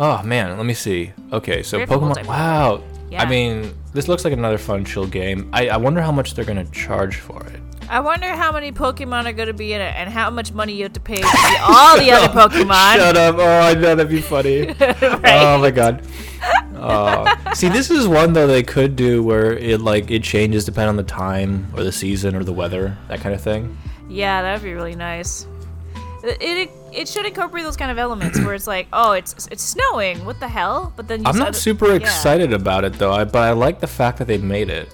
Speaker 2: Oh man, let me see. Okay, so
Speaker 1: Very cool
Speaker 2: Pokemon.
Speaker 1: type.
Speaker 2: Wow.
Speaker 1: Yeah.
Speaker 2: I mean, this looks like another fun chill game. I, I wonder how much they're gonna charge for it.
Speaker 1: I wonder how many Pokemon are going to be in it, and how much money you have to pay to see all the other Pokemon.
Speaker 2: Shut up! Oh, I know that'd be funny.
Speaker 1: Right?
Speaker 2: Oh my god. Oh. see, this is one though they could do where it like it changes depending on the time or the season or the weather, that kind of thing.
Speaker 1: Yeah, that'd be really nice. It, it it should incorporate those kind of elements where it's like, oh, it's it's snowing. What the hell? But then you
Speaker 2: I'm
Speaker 1: said-
Speaker 2: not super
Speaker 1: yeah.
Speaker 2: excited about it though, I, but I like the fact that they made it.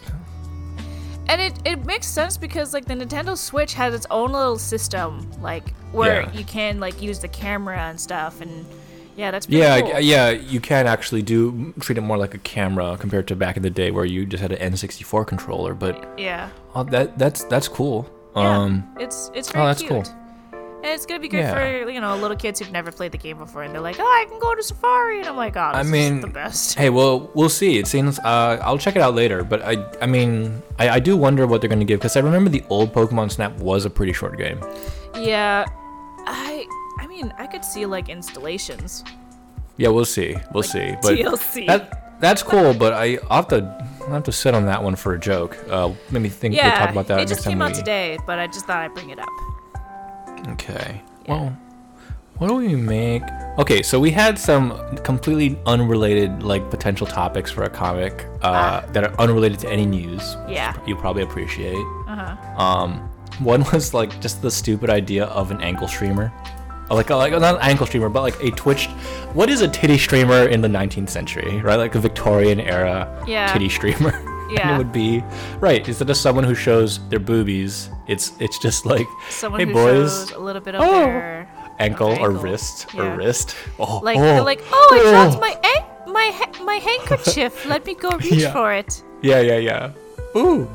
Speaker 1: And it, it makes sense because like the Nintendo Switch has its own little system, like where
Speaker 2: Yeah.
Speaker 1: you can like use the camera and stuff, and yeah, that's pretty
Speaker 2: Yeah,
Speaker 1: cool.
Speaker 2: I- yeah, you can actually do treat it more like a camera compared to back in the day where you just had an N64 controller, but
Speaker 1: yeah.
Speaker 2: oh, that that's that's cool.
Speaker 1: Yeah,
Speaker 2: Um
Speaker 1: it's it's
Speaker 2: oh,
Speaker 1: very
Speaker 2: that's
Speaker 1: cute.
Speaker 2: cool.
Speaker 1: And it's gonna be good
Speaker 2: Yeah.
Speaker 1: for you know little kids who've never played the game before, and they're like, "Oh, I can go to Safari," and I'm like, "Oh, this
Speaker 2: I
Speaker 1: is
Speaker 2: mean,
Speaker 1: the best."
Speaker 2: Hey, well, we'll see. It seems uh, I'll check it out later, but I, I mean, I, I do wonder what they're gonna give because I remember the old Pokemon Snap was a pretty short game.
Speaker 1: Yeah, I I mean, I could see like installations.
Speaker 2: Yeah, we'll see. We'll see. But
Speaker 1: TLC.
Speaker 2: That, that's cool, but I I'll have to I'll have to sit on that one for a joke. Uh, let me think.
Speaker 1: Yeah,
Speaker 2: we'll talk about that
Speaker 1: it
Speaker 2: next
Speaker 1: just
Speaker 2: time
Speaker 1: came out
Speaker 2: we-
Speaker 1: today, but I just thought I'd bring it up.
Speaker 2: Okay. Well, what do we make? Okay, so we had some completely unrelated like potential topics for a comic uh, that are unrelated to any news.
Speaker 1: Ah.
Speaker 2: which
Speaker 1: Yeah. Uh-huh.
Speaker 2: You probably appreciate. Um, one was like just the stupid idea of an ankle streamer. Oh, Like, uh, like not an ankle streamer, but like a twitched. What is a titty streamer in the 19th century, right? Like a Victorian era
Speaker 1: Yeah.
Speaker 2: titty streamer. and
Speaker 1: Yeah.
Speaker 2: it would be right. Instead of someone who shows their boobies, it's it's just like,
Speaker 1: Someone
Speaker 2: hey
Speaker 1: who
Speaker 2: boys,
Speaker 1: shows a little bit of
Speaker 2: Oh.
Speaker 1: their
Speaker 2: ankle,
Speaker 1: of their
Speaker 2: or
Speaker 1: ankle.
Speaker 2: wrist
Speaker 1: Yeah.
Speaker 2: or wrist. Oh,
Speaker 1: Like
Speaker 2: oh,
Speaker 1: they're like, "Oh, I dropped my an- my ha- my handkerchief. Let me go reach
Speaker 2: Yeah.
Speaker 1: for it."
Speaker 2: Yeah, yeah, yeah. Ooh.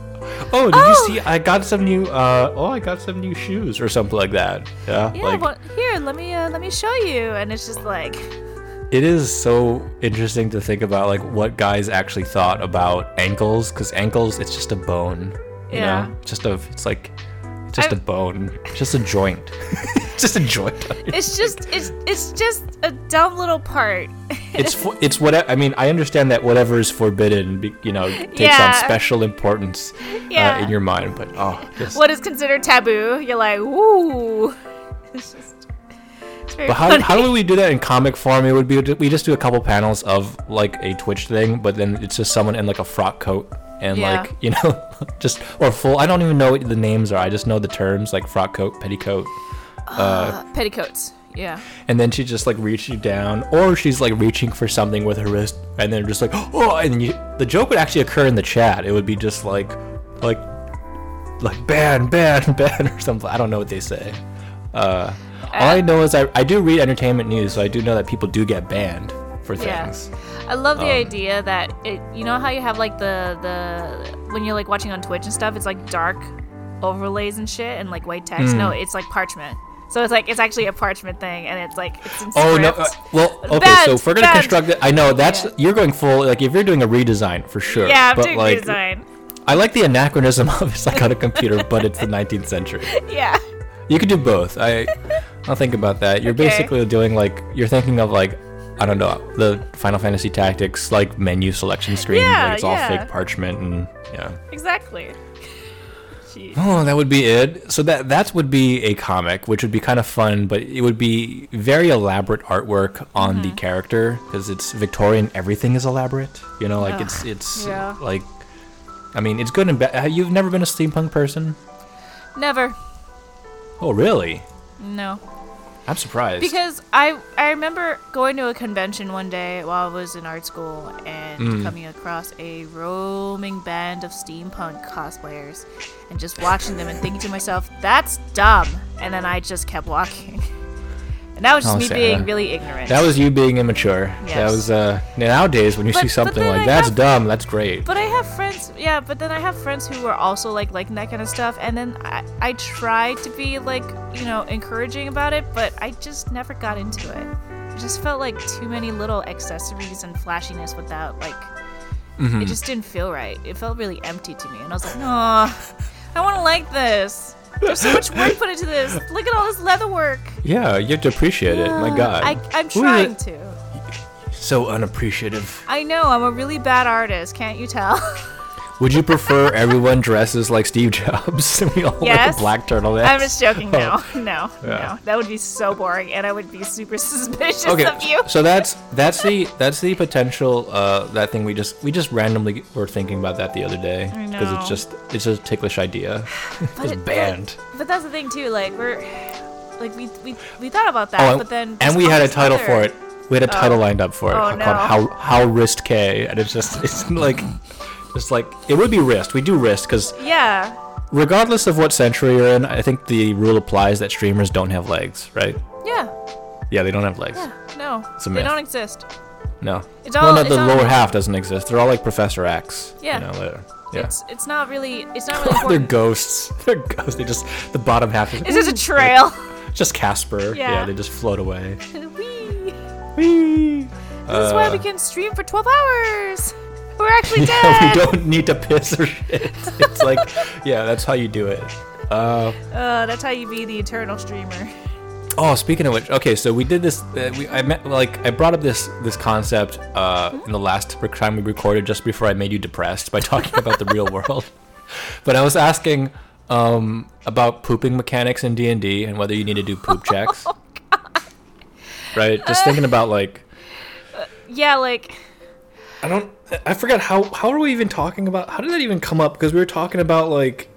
Speaker 2: Oh, did
Speaker 1: Oh.
Speaker 2: you see? I got some new. Uh, oh, I got some new shoes or something like that. Yeah,
Speaker 1: Yeah,
Speaker 2: like
Speaker 1: well, here, let me uh, let me show you, and it's just like,
Speaker 2: it is so interesting to think about like what guys actually thought about ankles because ankles it's just a bone. You
Speaker 1: Yeah.
Speaker 2: know? just a it's like it's just a
Speaker 1: I've-
Speaker 2: bone, It's just a joint, It's just a joint. on your
Speaker 1: it's just it's it's just a dumb little part.
Speaker 2: it's for, it's what I mean. I understand that whatever is forbidden, be- you know, takes
Speaker 1: Yeah.
Speaker 2: on special importance
Speaker 1: Yeah.
Speaker 2: uh, in your mind. But oh, just,
Speaker 1: what is considered taboo. You're like, ooh. It's just. It's very
Speaker 2: but how,
Speaker 1: funny.
Speaker 2: how would we do that in comic form? It would be we just do a couple panels of like a Twitch thing, but then it's just someone in like a frock coat and
Speaker 1: Yeah.
Speaker 2: like you know, just or full. I don't even know what the names are. I just know the terms like frock coat, petticoat.
Speaker 1: Uh, Petticoats. Yeah.
Speaker 2: and then she just like reaches you down, or she's like reaching for something with her wrist, and then just like oh, and you, the joke would actually occur in the chat. It would be just like, like, like ban, ban, ban, or something. I don't know what they say. Uh, All I know is I, I do read entertainment news, so I do know that people do get banned for things.
Speaker 1: I love
Speaker 2: Um,
Speaker 1: the idea that it. You know how you have like the the when you're like watching on Twitch and stuff, it's like dark overlays and shit and like white text.
Speaker 2: Hmm.
Speaker 1: No, it's like parchment. So it's like it's actually a parchment thing, and it's like it's in
Speaker 2: Oh no!
Speaker 1: script.
Speaker 2: uh, well, okay. so
Speaker 1: Banned,
Speaker 2: if we're gonna
Speaker 1: banned.
Speaker 2: construct it, I know that's
Speaker 1: Yeah.
Speaker 2: you're going full like if you're doing a redesign for sure.
Speaker 1: yeah, I'm
Speaker 2: uh, but
Speaker 1: doing
Speaker 2: like
Speaker 1: design.
Speaker 2: I like the anachronism of it's like on a computer, but it's the 19th century.
Speaker 1: Yeah,
Speaker 2: You could do both. I I'll think about that. You're
Speaker 1: Okay.
Speaker 2: basically doing like you're thinking of like I don't know the Final Fantasy Tactics like menu selection screen.
Speaker 1: Yeah,
Speaker 2: like it's all
Speaker 1: yeah.
Speaker 2: fake parchment and yeah.
Speaker 1: exactly. Jeez.
Speaker 2: Oh, that would be it. So that that would be a comic, which would be kind of fun, but it would be very elaborate artwork on
Speaker 1: Mm-hmm.
Speaker 2: the character because it's Victorian. Everything is elaborate. You know, like it's it's
Speaker 1: yeah.
Speaker 2: like. I mean, it's good and bad. Uh, You've never been a steampunk person?
Speaker 1: Never.
Speaker 2: Oh, really?
Speaker 1: No.
Speaker 2: I'm surprised.
Speaker 1: Because I I remember going to a convention one day while I was in art school and coming across a roaming band of steampunk cosplayers and just watching them and thinking to myself, that's dumb. And then I just kept walking. And that was just
Speaker 2: Oh,
Speaker 1: me
Speaker 2: Sarah.
Speaker 1: being really ignorant.
Speaker 2: That was you being immature. That
Speaker 1: Yes.
Speaker 2: was uh nowadays when you
Speaker 1: But-
Speaker 2: see
Speaker 1: but
Speaker 2: something
Speaker 1: then
Speaker 2: like
Speaker 1: I
Speaker 2: that's
Speaker 1: have-
Speaker 2: dumb, that's great.
Speaker 1: but I have friends, yeah, but then I have friends who were also like liking that kind of stuff. And then I, I tried to be like, you know, encouraging about it, but I just never got into it. It just felt like too many little accessories and flashiness without like,
Speaker 2: Mm-hmm.
Speaker 1: it just didn't feel right. It felt really empty to me. And I was like, oh, I want to like this. There's so much work put into this. Look at all this leather work. Uh,
Speaker 2: yeah, you have to appreciate it. My god.
Speaker 1: I, I'm
Speaker 2: Who is
Speaker 1: trying
Speaker 2: it-
Speaker 1: to.
Speaker 2: So unappreciative.
Speaker 1: I know, I'm a really bad artist. Can't you tell?
Speaker 2: Would you prefer everyone dresses like Steve Jobs and we all wear
Speaker 1: Yes.
Speaker 2: black turtlenecks?
Speaker 1: I'm just joking. No, no,
Speaker 2: Oh. Yeah.
Speaker 1: no. That would be so boring, and I would be super suspicious
Speaker 2: okay,
Speaker 1: of you.
Speaker 2: so that's that's the that's the potential uh, that thing we just we just randomly were thinking about that the other day
Speaker 1: I
Speaker 2: it's
Speaker 1: know.
Speaker 2: just it's a ticklish idea.
Speaker 1: But it-
Speaker 2: banned.
Speaker 1: But, but that's the thing too. Like we're, like we we, we thought about that,
Speaker 2: Oh, and-
Speaker 1: but then
Speaker 2: and
Speaker 1: there's
Speaker 2: we
Speaker 1: all
Speaker 2: had a
Speaker 1: this
Speaker 2: title
Speaker 1: other-
Speaker 2: for it. We had a title lined up for it
Speaker 1: Oh,
Speaker 2: called
Speaker 1: no.
Speaker 2: "How How Wrist K," and it's just it's like just like it would be wrist. We do wrist because
Speaker 1: Yeah,
Speaker 2: regardless of what century you're in, I think the rule applies that streamers don't have legs, right?
Speaker 1: yeah,
Speaker 2: Yeah, they don't have legs.
Speaker 1: yeah. No,
Speaker 2: a
Speaker 1: they
Speaker 2: myth.
Speaker 1: don't exist.
Speaker 2: No,
Speaker 1: It's all-
Speaker 2: well, no,
Speaker 1: it's
Speaker 2: the
Speaker 1: all-
Speaker 2: lower half doesn't exist. They're all like Professor X.
Speaker 1: Yeah.
Speaker 2: you know, they're- yeah.
Speaker 1: It's it's not really it's not really
Speaker 2: They're
Speaker 1: important.
Speaker 2: ghosts. They're ghosts. They just the bottom half is
Speaker 1: It's just a trail.
Speaker 2: just Casper.
Speaker 1: Yeah.
Speaker 2: they just float away.
Speaker 1: Whee.
Speaker 2: Whee!
Speaker 1: This is why we can stream for 12 hours. We're actually
Speaker 2: Uh. Yeah,
Speaker 1: dead.
Speaker 2: we don't need to piss or shit. It's like, yeah, that's how you do it. Uh,
Speaker 1: Uh, that's how you be the eternal streamer.
Speaker 2: oh, speaking of which, okay, so we did this. Uh, we, I met, like, I brought up this this concept uh, in the last rec- time we recorded, just before I made you depressed by talking about the real world. But I was asking um, about pooping mechanics in D and D and whether you need to do poop checks. Right, just thinking about like
Speaker 1: Yeah, like
Speaker 2: I don't. I forgot how. How are we even talking about? How did that even come up? Because we were talking about like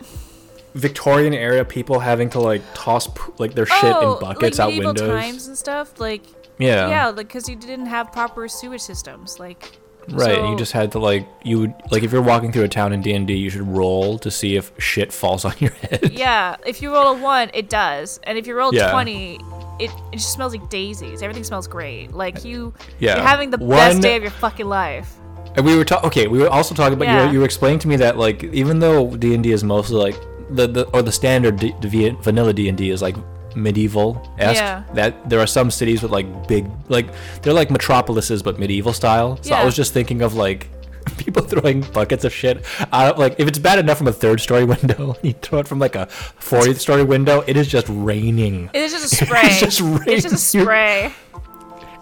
Speaker 2: Victorian era people having to like toss p- like their shit
Speaker 1: oh,
Speaker 2: in buckets
Speaker 1: like
Speaker 2: out
Speaker 1: medieval
Speaker 2: windows.
Speaker 1: times and stuff. Like
Speaker 2: Yeah.
Speaker 1: yeah like because you didn't have proper sewage systems like
Speaker 2: Right.
Speaker 1: so-
Speaker 2: you just had to like you would like if you're walking through a town in D and D, you should roll to see if shit falls on your head.
Speaker 1: yeah if you roll a one it does and if you roll
Speaker 2: Yeah.
Speaker 1: 20 it, it just smells like daisies everything smells great like you
Speaker 2: Yeah.
Speaker 1: you're having the
Speaker 2: One-
Speaker 1: best day of your fucking life
Speaker 2: And we were talking. Okay, we were also talking about you.
Speaker 1: Yeah.
Speaker 2: Were, you were explaining to me that like even though D and D is mostly like the, the or the standard D- D- vanilla D and D is like medieval esque.
Speaker 1: Yeah.
Speaker 2: That there are some cities with like big like they're like metropolises but medieval style. So I
Speaker 1: Yeah.
Speaker 2: was just thinking of like people throwing buckets of shit out. Like if it's bad enough from a third story window, you throw it from like a fortieth story window. It is just raining.
Speaker 1: it is just a spray it's
Speaker 2: just
Speaker 1: it's just a
Speaker 2: rain.
Speaker 1: spray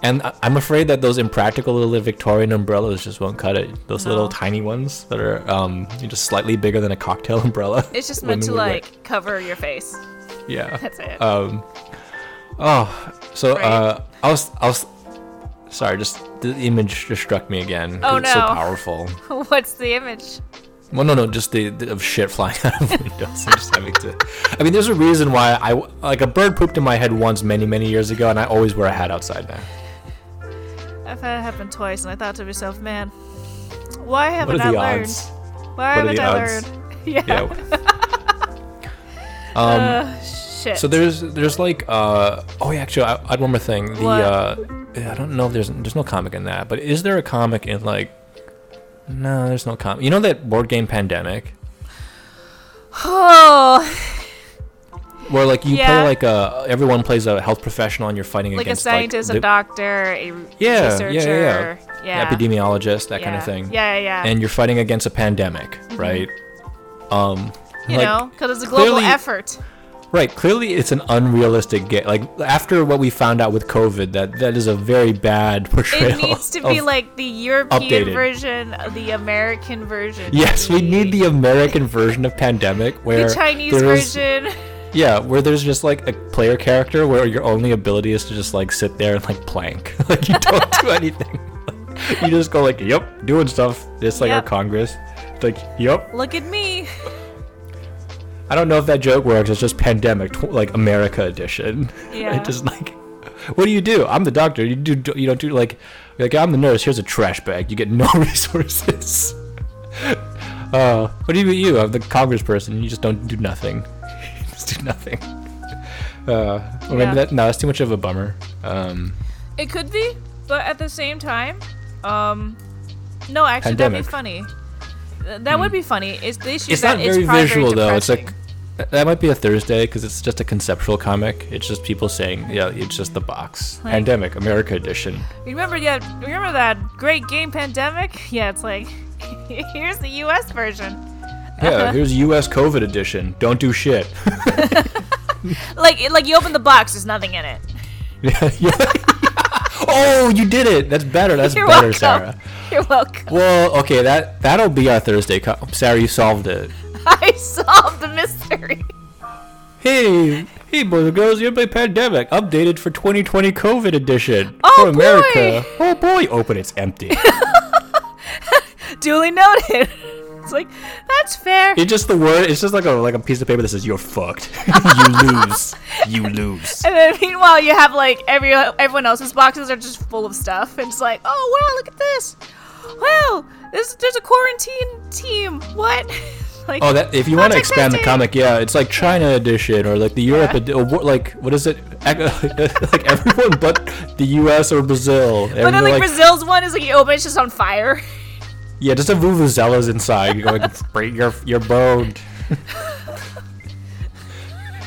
Speaker 2: And I- I'm afraid that those impractical little Victorian umbrellas just won't cut it. Those
Speaker 1: No.
Speaker 2: little tiny ones that are um, just slightly bigger than a cocktail umbrella.
Speaker 1: it's just
Speaker 2: Women
Speaker 1: meant to
Speaker 2: would wear-
Speaker 1: like cover your face
Speaker 2: yeah. That's
Speaker 1: it.
Speaker 2: Um, oh, so uh,
Speaker 1: Right.
Speaker 2: I was I was sorry. Just the image just struck me again. 'cause
Speaker 1: Oh,
Speaker 2: it's So
Speaker 1: no.
Speaker 2: powerful.
Speaker 1: what's the image
Speaker 2: Well, no, no, just the, the of shit flying out of windows. I'm just having to. I mean, there's a reason why I like a bird pooped in my head once many many years ago, and I always wear a hat outside now.
Speaker 1: i've had it happen twice and i thought to myself man why haven't
Speaker 2: What are
Speaker 1: i
Speaker 2: the
Speaker 1: learned
Speaker 2: odds?
Speaker 1: why haven't
Speaker 2: What are the
Speaker 1: i
Speaker 2: odds?
Speaker 1: learned yeah,
Speaker 2: Yeah. um,
Speaker 1: Uh, Shit.
Speaker 2: So there's there's like uh oh yeah actually I, I had one more thing the
Speaker 1: What?
Speaker 2: uh I don't know if there's there's no comic in that but is there a comic in like no there's no comic you know that board game pandemic
Speaker 1: oh,
Speaker 2: where like you
Speaker 1: Yeah.
Speaker 2: play like a everyone plays a health professional and you're fighting
Speaker 1: like a
Speaker 2: against
Speaker 1: scientist,
Speaker 2: like,
Speaker 1: a doctor, a
Speaker 2: yeah, yeah,
Speaker 1: researcher.
Speaker 2: yeah, yeah.
Speaker 1: yeah.
Speaker 2: epidemiologist that kind
Speaker 1: yeah.
Speaker 2: of thing
Speaker 1: Yeah, yeah, yeah.
Speaker 2: and you're fighting against a pandemic right um
Speaker 1: you
Speaker 2: like,
Speaker 1: know, because it's a global
Speaker 2: clearly-
Speaker 1: effort.
Speaker 2: Right. Clearly, it's an unrealistic game. Like after what we found out with COVID, that that is a very bad portrayal.
Speaker 1: It needs to
Speaker 2: of-
Speaker 1: be like the European
Speaker 2: updated.
Speaker 1: version, the American version.
Speaker 2: Yes, we need the American version of Pandemic, where
Speaker 1: the Chinese
Speaker 2: there is-
Speaker 1: version.
Speaker 2: Yeah, where there's just like a player character where your only ability is to just like sit there and like plank, like you don't do anything. you just go like, "Yep, doing stuff." It's like
Speaker 1: Yep.
Speaker 2: our Congress. It's like, "Yep."
Speaker 1: Look at me.
Speaker 2: I don't know if that joke works. It's just Pandemic, tw- like America edition.
Speaker 1: Yeah.
Speaker 2: it just like what do you do i'm the doctor you do you don't do like you're like i'm the nurse here's a trash bag you get no resources uh what do you you i'm the congressperson you just don't do nothing just do nothing uh well,
Speaker 1: Yeah.
Speaker 2: maybe that no that's too much of a bummer um
Speaker 1: It could be, but at the same time, um, no, actually, that'd
Speaker 2: Pandemic.
Speaker 1: be funny. Th- That would be funny. It's the issue
Speaker 2: it's
Speaker 1: that
Speaker 2: not very
Speaker 1: probably
Speaker 2: visual though it's
Speaker 1: depressing.
Speaker 2: like that- that might be a thursday because it's just a conceptual comic it's just people saying yeah it's just the box
Speaker 1: Like-
Speaker 2: pandemic america edition
Speaker 1: You remember that? Remember that great game pandemic? Yeah, it's like here's the U.S. version.
Speaker 2: yeah here's us covid edition don't do shit
Speaker 1: Like, it- like you open the box, there's nothing in it.
Speaker 2: Yeah, yeah. oh, you did it. That's better. That's
Speaker 1: You're
Speaker 2: better,
Speaker 1: welcome.
Speaker 2: Sarah.
Speaker 1: You're welcome.
Speaker 2: Well, okay, that that'll be our Thursday. Co- Sarah, you solved it.
Speaker 1: I solved the mystery.
Speaker 2: Hey, hey, boys and girls, you play pandemic updated for 2020 COVID edition
Speaker 1: Oh,
Speaker 2: for America. Oh boy, open it's empty.
Speaker 1: Duly noted. It's like that's fair.
Speaker 2: it's just the word. It's just like a like a piece of paper that says you're fucked. you lose. You lose.
Speaker 1: And then meanwhile, you have like every everyone else's boxes are just full of stuff. And it's like, oh wow, look at this. Wow, this there's a quarantine team. What? like,
Speaker 2: Oh, that if you want
Speaker 1: Contact
Speaker 2: to expand the
Speaker 1: testing.
Speaker 2: comic, yeah, it's like China edition or like the Europe,
Speaker 1: Yeah.
Speaker 2: edi- or what- like what is it? Ac- like everyone but the U.S. or Brazil.
Speaker 1: But then like, Brazil's one is like you open, it's just on fire.
Speaker 2: yeah, just a vuvuzela's inside. You're going, break your your bone.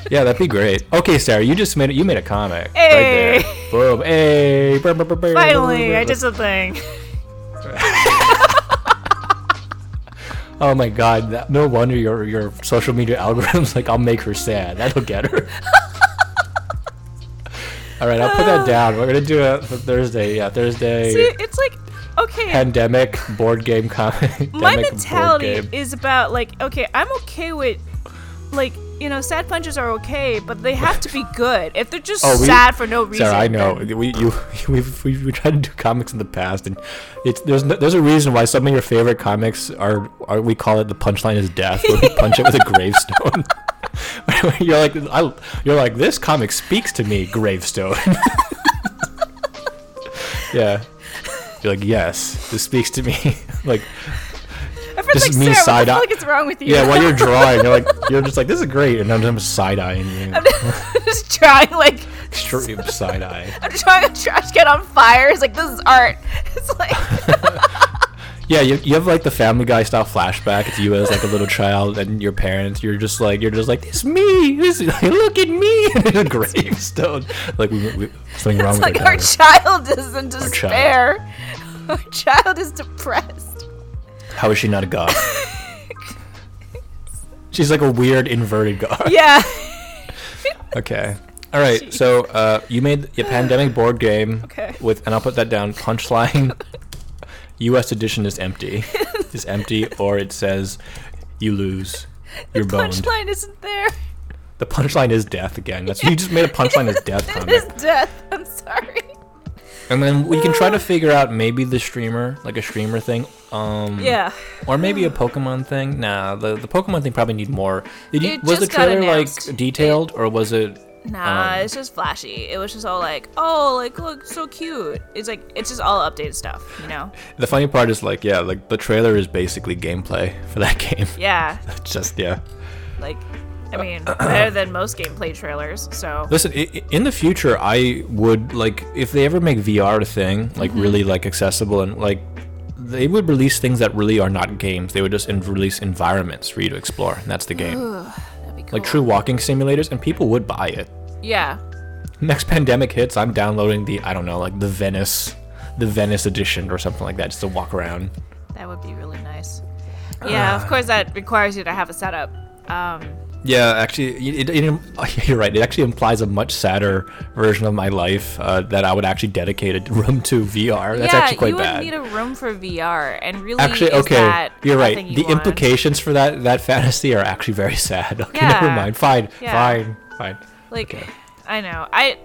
Speaker 2: yeah, that'd be great. Okay, Sarah, you just made it. You made a comic.
Speaker 1: Hey.
Speaker 2: Right there. Boom. Hey. Brr, brr, brr, brr.
Speaker 1: Finally, I did something.
Speaker 2: Oh my God! That, no wonder your your social media algorithms like I'll make her sad. That'll get her. All right, I'll put that down. We're gonna do it for Thursday. Yeah, Thursday.
Speaker 1: Oh. See, it's like okay.
Speaker 2: Pandemic board game comic.
Speaker 1: my
Speaker 2: pandemic board
Speaker 1: mentality
Speaker 2: game.
Speaker 1: is about like okay i'm okay with like you know sad punches are okay but they have to be good if they're just
Speaker 2: Oh, we-
Speaker 1: sad for no reason
Speaker 2: Sarah, I know
Speaker 1: then-
Speaker 2: we you we've, we we tried to do comics in the past, and it's there's no, there's a reason why some of your favorite comics are are we call it the punchline is death, where we punch it with a gravestone. you're like I, you're like this comic speaks to me, gravestone. yeah, you're like yes, this speaks to me. like
Speaker 1: my friend's
Speaker 2: this
Speaker 1: like
Speaker 2: is me
Speaker 1: sarah what
Speaker 2: side
Speaker 1: the
Speaker 2: eye-
Speaker 1: fuck is wrong with you
Speaker 2: yeah, while you're drawing, you're like you're just like this is great, and I'm just side eyeing you,
Speaker 1: just trying like
Speaker 2: straight side eye.
Speaker 1: i'm trying to trash can on fire it's like this is art it's like
Speaker 2: Yeah, you, you have like the Family Guy style flashback. It's you as like a little child and your parents. You're just like you're just like it's me. This is, look at me. And a gravestone. Like we, we something wrong
Speaker 1: it's
Speaker 2: with
Speaker 1: like
Speaker 2: our
Speaker 1: our
Speaker 2: daughter.
Speaker 1: child is in
Speaker 2: child.
Speaker 1: despair our child is depressed
Speaker 2: How is she not a god? She's like a weird inverted god.
Speaker 1: yeah
Speaker 2: Okay. All right. So uh, you made a pandemic board game
Speaker 1: Okay.
Speaker 2: with, and I'll put that down. Punchline: U.S. edition is empty. Is empty, or it says you lose. You're boned.
Speaker 1: punchline isn't there
Speaker 2: The punchline is death again. That's you just made a punchline is death
Speaker 1: it
Speaker 2: comic.
Speaker 1: is death i'm sorry
Speaker 2: And then we can try to figure out maybe the streamer, like a streamer thing. Um
Speaker 1: yeah
Speaker 2: or maybe a Pokemon thing. Nah, the, the Pokemon thing probably need more. Did you,
Speaker 1: It
Speaker 2: was the
Speaker 1: just got
Speaker 2: trailer
Speaker 1: announced.
Speaker 2: like detailed or was it
Speaker 1: Nah,
Speaker 2: Um,
Speaker 1: it's just flashy. It was just all like, oh, like look, so cute. It's like it's just all updated stuff, you know?
Speaker 2: the funny part is like yeah, like the trailer is basically gameplay for that game.
Speaker 1: Yeah,
Speaker 2: Just yeah.
Speaker 1: like I mean, better than most gameplay trailers. So
Speaker 2: Listen, i- i- in the future, I would like if they ever make VR a thing, like
Speaker 1: Mm-hmm.
Speaker 2: really like accessible and like they would release things that really are not games. They would just en- release environments for you to explore, and that's the game.
Speaker 1: that'd be cool.
Speaker 2: Like true walking simulators, and people would buy it.
Speaker 1: Yeah.
Speaker 2: Next pandemic hits, I'm downloading the I don't know, like the Venice, the Venice edition or something like that, just to walk around.
Speaker 1: That would be really nice.
Speaker 2: Uh,
Speaker 1: Yeah, of course that requires you to have a setup. Um,
Speaker 2: Yeah, actually, it, it, it, you're right. It actually implies a much sadder version of my life uh, that I would actually dedicate a room to VR. That's
Speaker 1: yeah,
Speaker 2: actually quite
Speaker 1: you
Speaker 2: bad.
Speaker 1: would need a room for VR, and really,
Speaker 2: actually,
Speaker 1: is
Speaker 2: okay,
Speaker 1: that a
Speaker 2: you're right.
Speaker 1: thing you
Speaker 2: The
Speaker 1: want?
Speaker 2: implications for that that fantasy are actually very sad. Okay, never
Speaker 1: Yeah.
Speaker 2: mind. Fine,
Speaker 1: Yeah.
Speaker 2: fine, fine.
Speaker 1: like,
Speaker 2: okay.
Speaker 1: I know, I,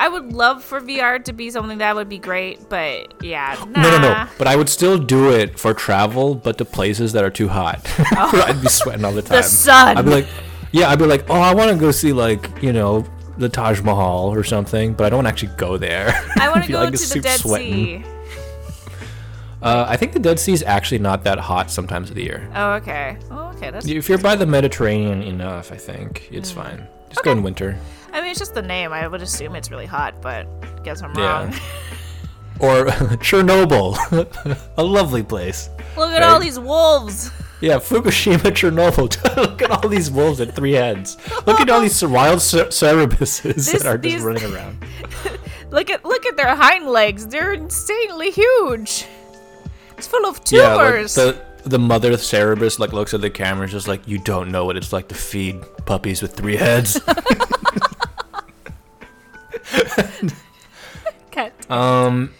Speaker 1: I would love for VR to be something that would be great, but yeah, nah.
Speaker 2: No, no, no.
Speaker 1: Ah.
Speaker 2: But I would still do it for travel, but to places that are too hot. I'd be sweating all the
Speaker 1: Oh.
Speaker 2: time.
Speaker 1: sun.
Speaker 2: I'd be like, yeah, I'd be like, oh, I want to go see like you know the Taj Mahal or something, but I don't want to actually go there.
Speaker 1: I want to
Speaker 2: I'd be,
Speaker 1: go to
Speaker 2: like,
Speaker 1: the
Speaker 2: soup
Speaker 1: Dead
Speaker 2: sweating.
Speaker 1: Sea.
Speaker 2: Uh, I think the Dead Sea is actually not that hot sometimes of the year.
Speaker 1: Oh, okay, oh, okay, that's.
Speaker 2: If you're by the Mediterranean enough, I think it's
Speaker 1: Mm.
Speaker 2: fine. Just go in winter.
Speaker 1: I mean, it's just the name. I would assume it's really hot, but guess I'm
Speaker 2: Yeah.
Speaker 1: wrong.
Speaker 2: Or Chernobyl, a lovely place.
Speaker 1: Look at all
Speaker 2: Right.
Speaker 1: these wolves.
Speaker 2: Yeah, Fukushima, Chernobyl. Look at all these wolves at three heads. Look at all these wild cer- cerebuses
Speaker 1: This-
Speaker 2: that are just
Speaker 1: these-
Speaker 2: running around.
Speaker 1: Look at look at their hind legs. They're insanely huge. It's full of
Speaker 2: Yeah, like
Speaker 1: tumors.
Speaker 2: the the mother cerebus like looks at the camera, and is just like, you don't know what it's like to feed puppies with three heads.
Speaker 1: Cat-
Speaker 2: Um,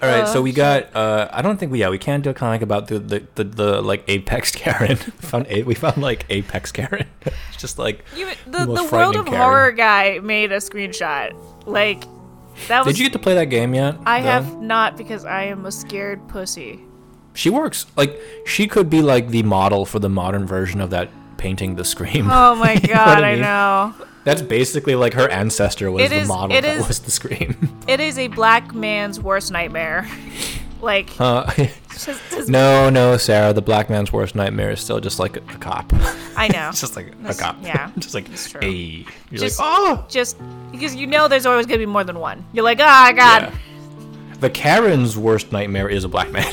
Speaker 2: all right,
Speaker 1: Oh,
Speaker 2: so we got. Uh, I don't think we. Yeah, we can do a comic about the the, the, the like apex Karen. we found a, we found like apex Karen. it's just like.
Speaker 1: You, the,
Speaker 2: the
Speaker 1: the
Speaker 2: most
Speaker 1: world
Speaker 2: frightening
Speaker 1: of
Speaker 2: Karen.
Speaker 1: horror guy made a screenshot. Like that was.
Speaker 2: Did you get to play that game yet?
Speaker 1: I
Speaker 2: No?
Speaker 1: have not because I am a scared pussy.
Speaker 2: She works like she could be like the model for the modern version of that painting, the scream.
Speaker 1: Oh my
Speaker 2: You know what
Speaker 1: god!
Speaker 2: I
Speaker 1: I,
Speaker 2: mean?
Speaker 1: know.
Speaker 2: That's basically like her ancestor was
Speaker 1: It
Speaker 2: the
Speaker 1: is-
Speaker 2: model
Speaker 1: it
Speaker 2: that
Speaker 1: is-
Speaker 2: was the scream.
Speaker 1: It is a black man's worst nightmare. like
Speaker 2: Uh,
Speaker 1: just, just-
Speaker 2: no, no, Sarah. The black man's worst nightmare is still just like a, a cop.
Speaker 1: I know.
Speaker 2: It's just like a
Speaker 1: That's-
Speaker 2: cop.
Speaker 1: yeah,
Speaker 2: just like
Speaker 1: that's true.
Speaker 2: a. You're
Speaker 1: Just-
Speaker 2: like oh.
Speaker 1: Just because you know there's always gonna be more than one. You're like, ah, god.
Speaker 2: Yeah. The Karen's worst nightmare is a black man.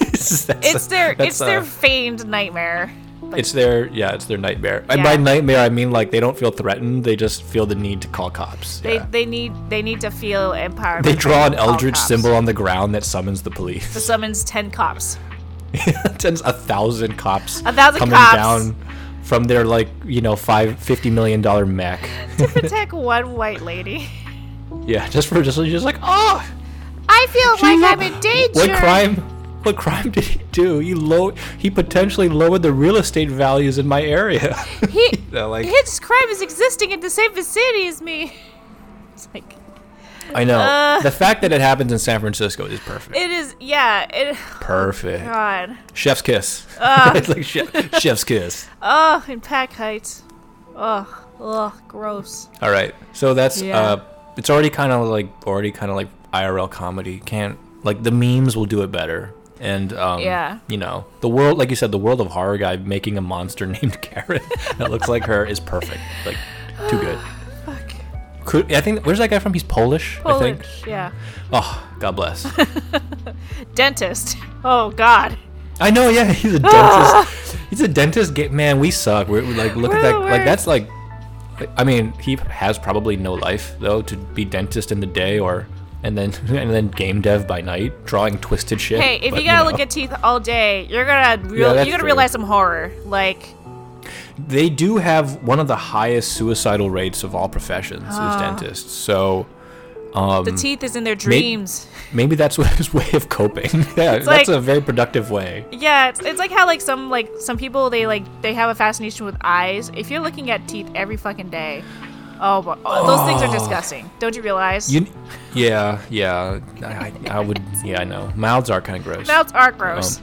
Speaker 2: it's just- that's-
Speaker 1: It's their
Speaker 2: that's,
Speaker 1: it's their
Speaker 2: uh,
Speaker 1: feigned nightmare.
Speaker 2: it's their yeah, it's their nightmare. And
Speaker 1: Yeah.
Speaker 2: by nightmare, I mean like they don't feel threatened; they just feel the need to call cops.
Speaker 1: They,
Speaker 2: yeah.
Speaker 1: they need they need to feel empowered.
Speaker 2: They
Speaker 1: when
Speaker 2: draw an
Speaker 1: call
Speaker 2: eldritch
Speaker 1: cops.
Speaker 2: symbol on the ground that summons the
Speaker 1: It
Speaker 2: police.
Speaker 1: summons ten cops.
Speaker 2: Sends a thousand cops.
Speaker 1: A thousand
Speaker 2: coming
Speaker 1: cops.
Speaker 2: down from their like you know five fifty million dollar mech.
Speaker 1: Protect one white lady.
Speaker 2: yeah, just for just just like oh,
Speaker 1: I feel
Speaker 2: She lo-
Speaker 1: like I'm in danger.
Speaker 2: What crime? What crime did he do? He low. He potentially lowered the real estate values in my area.
Speaker 1: He,
Speaker 2: They're like-
Speaker 1: his crime is existing in the same vicinity as me. It's like
Speaker 2: I know.
Speaker 1: Uh.
Speaker 2: the fact that it happens in San Francisco is perfect.
Speaker 1: it is. Yeah. It.
Speaker 2: perfect.
Speaker 1: God.
Speaker 2: Chef's kiss.
Speaker 1: Uh.
Speaker 2: it's like chef, chef's kiss.
Speaker 1: Oh, in Pack Heights. Oh, ugh, gross.
Speaker 2: All right. So that's
Speaker 1: Yeah.
Speaker 2: uh it's already kind of like already kind of like IRL comedy. Can't like the memes will do it better. And um
Speaker 1: Yeah.
Speaker 2: you know, the world like you said the world of horror guy making a monster named Karen that looks like her is perfect. Like too good.
Speaker 1: Fuck.
Speaker 2: Could, I think where's that guy from? He's Polish, I think.
Speaker 1: Polish. Yeah.
Speaker 2: Oh, God bless.
Speaker 1: Dentist. Oh God.
Speaker 2: I know, yeah, he's a dentist. he's a dentist. Ga- man, we suck. We're, we're like, look
Speaker 1: We're
Speaker 2: at that.
Speaker 1: the
Speaker 2: Like, that's like, I mean, he has probably no life though to be dentist in the day or and then and then game dev by night, drawing twisted shit.
Speaker 1: Hey, if
Speaker 2: but,
Speaker 1: you gotta
Speaker 2: know,
Speaker 1: look at teeth all day, you're gonna real,
Speaker 2: that's
Speaker 1: you're gonna
Speaker 2: true.
Speaker 1: realize some horror. Like.
Speaker 2: they do have one of the highest suicidal rates of all professions
Speaker 1: Ah.
Speaker 2: is dentists. So Um,
Speaker 1: The teeth is in their dreams.
Speaker 2: maybe that's what his way of coping. yeah, that's
Speaker 1: like-
Speaker 2: a very productive way.
Speaker 1: yeah, it's, it's like how like some like some people they like they have a fascination with eyes. If you're looking at teeth every fucking day, oh, but, oh, those things are disgusting. Don't you realize?
Speaker 2: You, yeah, yeah. I, I I would. Yeah, I know. Mouths are kind of gross.
Speaker 1: Mouths are gross.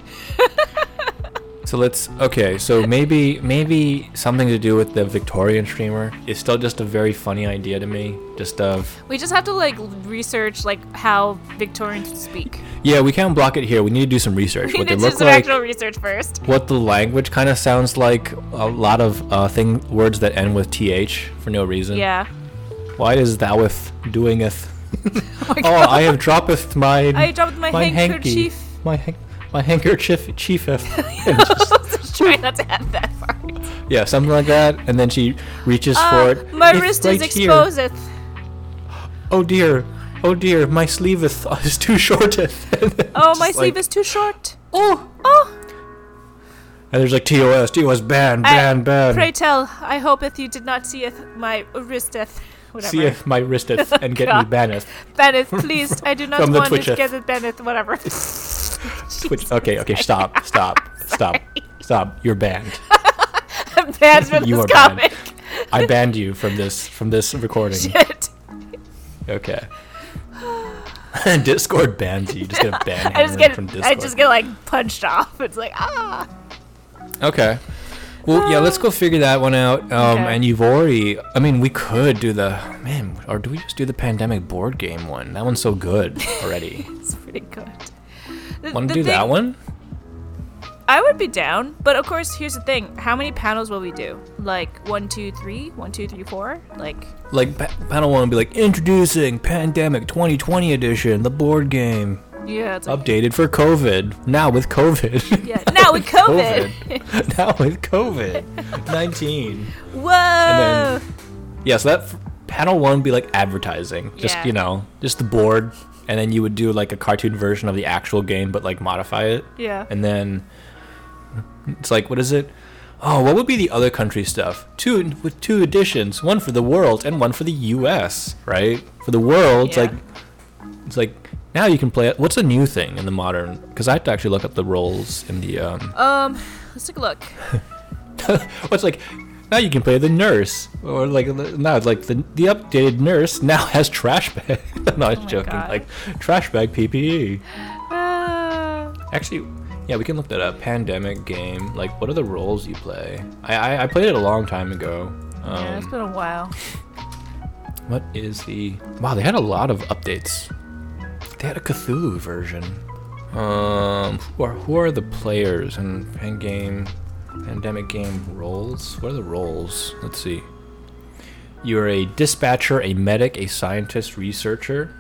Speaker 2: So let's okay. So maybe maybe something to do with the Victorian streamer is still just a very funny idea to me. Just of
Speaker 1: we just have to like research like how Victorians speak.
Speaker 2: Yeah, we can't block it here. We need to do some research.
Speaker 1: We need
Speaker 2: What
Speaker 1: to
Speaker 2: they
Speaker 1: do
Speaker 2: look
Speaker 1: some
Speaker 2: like, Uh,
Speaker 1: actual research first.
Speaker 2: what the language kind of sounds like. A lot of uh, thing words that end with th for no reason.
Speaker 1: Yeah.
Speaker 2: Why is thoueth doingeth?
Speaker 1: Oh, my
Speaker 2: Oh,
Speaker 1: God.
Speaker 2: I have droppeth mine.
Speaker 1: I dropped my
Speaker 2: mine hanky,
Speaker 1: handkerchief.
Speaker 2: My han- my handkerchief chiefeth.
Speaker 1: Just try not to add that part.
Speaker 2: yeah, something like that. And then she reaches for
Speaker 1: Uh,
Speaker 2: it.
Speaker 1: my
Speaker 2: It's
Speaker 1: wrist
Speaker 2: right
Speaker 1: is
Speaker 2: here.
Speaker 1: exposed.
Speaker 2: Oh dear. Oh dear, my sleeveth is too shorteth.
Speaker 1: Oh, my
Speaker 2: Just
Speaker 1: sleeve
Speaker 2: like-
Speaker 1: is too short.
Speaker 2: Oh.
Speaker 1: Oh,
Speaker 2: And there's like TOS, TOS, ban, ban, ban.
Speaker 1: pray tell, I hopeth you did not seeth my wristeth. Whatever.
Speaker 2: See if my wristeth and get me
Speaker 1: God.
Speaker 2: banneth.
Speaker 1: Benneth, please, I do not
Speaker 2: From the
Speaker 1: want to
Speaker 2: twitcheth.
Speaker 1: get it, Benneth, whatever.
Speaker 2: Which, okay, okay, stop, stop, stop, stop. You're banned.
Speaker 1: Bad for
Speaker 2: You
Speaker 1: this
Speaker 2: are banned.
Speaker 1: comic.
Speaker 2: I banned you from this from this recording.
Speaker 1: Shit.
Speaker 2: Okay. Discord bans you. You just get a ban
Speaker 1: I just
Speaker 2: hammering
Speaker 1: get,
Speaker 2: from Discord.
Speaker 1: I just get like punched off. It's like ah.
Speaker 2: Okay. Well, yeah, let's go figure that one out. Um,
Speaker 1: Okay.
Speaker 2: And you've already, I mean, we could do the, man, or do we just do the pandemic board game one? That one's so good already.
Speaker 1: It's pretty good. The-
Speaker 2: Want
Speaker 1: the
Speaker 2: to do that
Speaker 1: thing-
Speaker 2: one?
Speaker 1: I would be down, but of course, here's the thing: how many panels will we do? Like one, two, three, one, two, three, four. Like
Speaker 2: Like, pa- panel one would be like, introducing Pandemic 2020 edition, the board game,
Speaker 1: yeah, it's like,
Speaker 2: updated for COVID. Now with COVID.
Speaker 1: yeah. Now with COVID.
Speaker 2: COVID. now with COVID 19.
Speaker 1: Whoa.
Speaker 2: then- Yeah, so that f- panel one would be like advertising, just
Speaker 1: Yeah.
Speaker 2: you know, just the board, and then you would do like a cartoon version of the actual game, but like modify it,
Speaker 1: yeah.
Speaker 2: and then it's like, what is it? Oh, what would be the other country stuff? Two with two editions, one for the world and one for the U.S. Right? For the world, it's
Speaker 1: Yeah.
Speaker 2: like it's like now you can play it. What's a new thing in the modern? Because I have to actually look up the roles in the um,
Speaker 1: um, let's take a look. Oh.
Speaker 2: What's like now you can play the nurse or like now it's like the the updated nurse now has trash bag. no, I was
Speaker 1: Oh my
Speaker 2: joking.
Speaker 1: God.
Speaker 2: Like trash bag E. PPE.
Speaker 1: Uh,
Speaker 2: Actually, yeah, we can look that up. Pandemic game. Like, what are the roles you play? I I, I played it a long time ago. Um,
Speaker 1: yeah, it's been a while.
Speaker 2: What is the wow? They had a lot of updates. They had a Cthulhu version. Um, who are who are the players and and game, pandemic game roles? What are the roles? Let's see. You're a dispatcher, a medic, a scientist, researcher,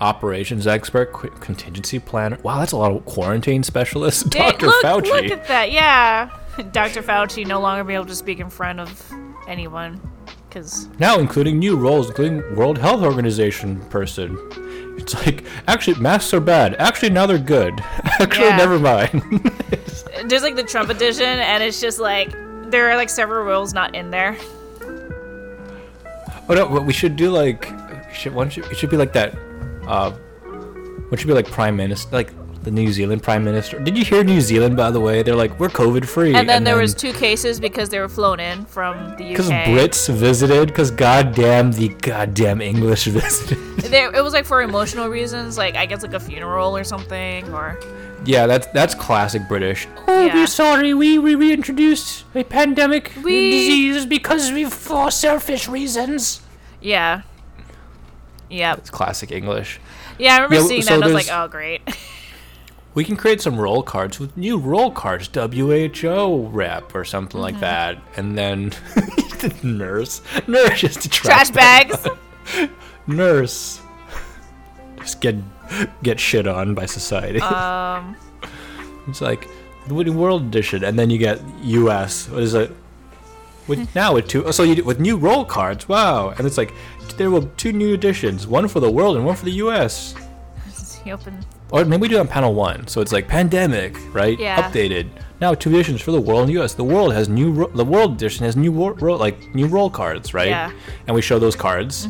Speaker 2: operations expert, qu- contingency planner. Wow, that's a lot of quarantine specialists.
Speaker 1: Dang,
Speaker 2: Doctor
Speaker 1: look,
Speaker 2: Fauci.
Speaker 1: Look at that. Yeah. Dr. Fauci no longer be able to speak in front of anyone because
Speaker 2: now including new roles, including World Health Organization person. It's like, actually, masks are bad. Actually, now they're good. Actually,
Speaker 1: Yeah.
Speaker 2: never mind.
Speaker 1: there's like the Trump edition, and it's just like there are like several rules not in there.
Speaker 2: oh no, what we should do like, we should, one should, it should be like that. Uh, what should be like Prime Minister, like the New Zealand Prime Minister. Did you hear New Zealand? By the way, they're like, we're COVID free.
Speaker 1: And then there was two cases because they were flown in from the UK.
Speaker 2: because Brits visited, because goddamn the goddamn English visited.
Speaker 1: They- it was like for emotional reasons, like I guess like a funeral or something, or
Speaker 2: yeah, that's that's classic British. Oh,
Speaker 1: Yeah.
Speaker 2: we're sorry. We we reintroduced a pandemic
Speaker 1: We-
Speaker 2: disease because we for selfish reasons.
Speaker 1: yeah, yeah,
Speaker 2: It's classic English.
Speaker 1: yeah. I remember
Speaker 2: Yeah,
Speaker 1: seeing
Speaker 2: so
Speaker 1: that. and I was
Speaker 2: there's-
Speaker 1: like, oh great.
Speaker 2: We can create some roll cards with new roll cards, WHO rep or something
Speaker 1: Mm-hmm.
Speaker 2: like that, and then the nurse, nurse is the trash,
Speaker 1: Trash bags.
Speaker 2: nurse. Just get get shit on by society.
Speaker 1: Um,
Speaker 2: It's like the Wooden World Edition, and then you get U.S. What is it? With now with two, oh, so you do- with new roll cards. Wow, and it's like there were two new editions, one for the world and one for the U.S.
Speaker 1: he opened.
Speaker 2: Or maybe we do it on panel one. So it's like pandemic, right?
Speaker 1: Yeah.
Speaker 2: Updated. Now two editions for the world and U.S. The world has new. Ro- the world edition has new ro- ro- like new roll cards, right?
Speaker 1: Yeah. Mm-hmm.
Speaker 2: And we show those cards.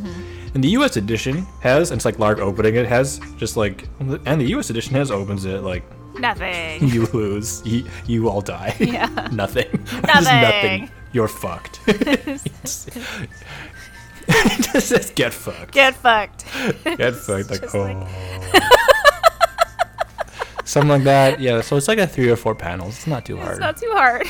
Speaker 2: And the U.S. edition has, and it's like large opening. It has just like, and the U.S. edition has opens it like
Speaker 1: Nothing.
Speaker 2: you lose. You, you all die.
Speaker 1: Yeah.
Speaker 2: nothing. Just
Speaker 1: Nothing.
Speaker 2: nothing. You're fucked. just, just get fucked.
Speaker 1: Get fucked.
Speaker 2: Get fucked. Like,
Speaker 1: just
Speaker 2: oh.
Speaker 1: like-
Speaker 2: Something like that. Yeah. So it's like a three or four panels. It's not too hard.
Speaker 1: It's not too hard.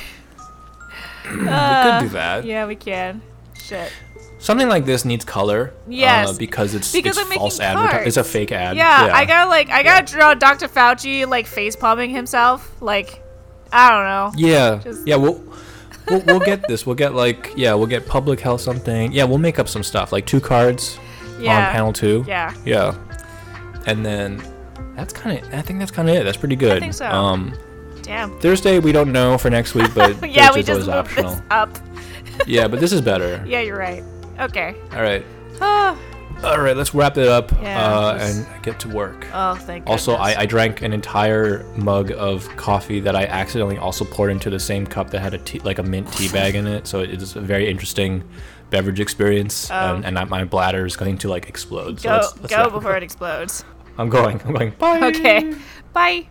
Speaker 2: we could do that.
Speaker 1: Yeah, we can. Shit.
Speaker 2: something like this needs color. uh,
Speaker 1: Yes.
Speaker 2: because it's
Speaker 1: Because
Speaker 2: it's
Speaker 1: I'm making
Speaker 2: false advertising.
Speaker 1: cards.
Speaker 2: It's a fake ad.
Speaker 1: Yeah, I gotta like I gotta draw Dr. Fauci like face palming himself. Like I don't know.
Speaker 2: Yeah,
Speaker 1: Just-
Speaker 2: yeah. We'll, we'll we'll get this. We'll get like yeah. We'll get public health something. Yeah, we'll make up some stuff like two cards
Speaker 1: Yeah.
Speaker 2: on panel two.
Speaker 1: Yeah.
Speaker 2: Yeah. And then that's kind of. I think that's kind of it. That's pretty good.
Speaker 1: think so.
Speaker 2: Um,
Speaker 1: Damn.
Speaker 2: Thursday we don't know for next week, but
Speaker 1: Yeah,
Speaker 2: Thursday's
Speaker 1: we just moved
Speaker 2: always optional.
Speaker 1: this up.
Speaker 2: Yeah, but this is better.
Speaker 1: Yeah, you're right. Okay.
Speaker 2: All right.
Speaker 1: Oh,
Speaker 2: All right. Let's wrap it up
Speaker 1: Yeah,
Speaker 2: uh,
Speaker 1: let's-
Speaker 2: and get to work.
Speaker 1: oh thank God.
Speaker 2: Also, I, I drank an entire mug of coffee that I accidentally also poured into the same cup that had a tea, like a mint tea bag in it. So it is a very interesting beverage experience, um, and I, my bladder is going to like explode. so
Speaker 1: Oh. go
Speaker 2: let's- let's
Speaker 1: go
Speaker 2: wrap it
Speaker 1: before
Speaker 2: up.
Speaker 1: it explodes.
Speaker 2: I'm going. I'm going. Bye.
Speaker 1: Okay. Bye.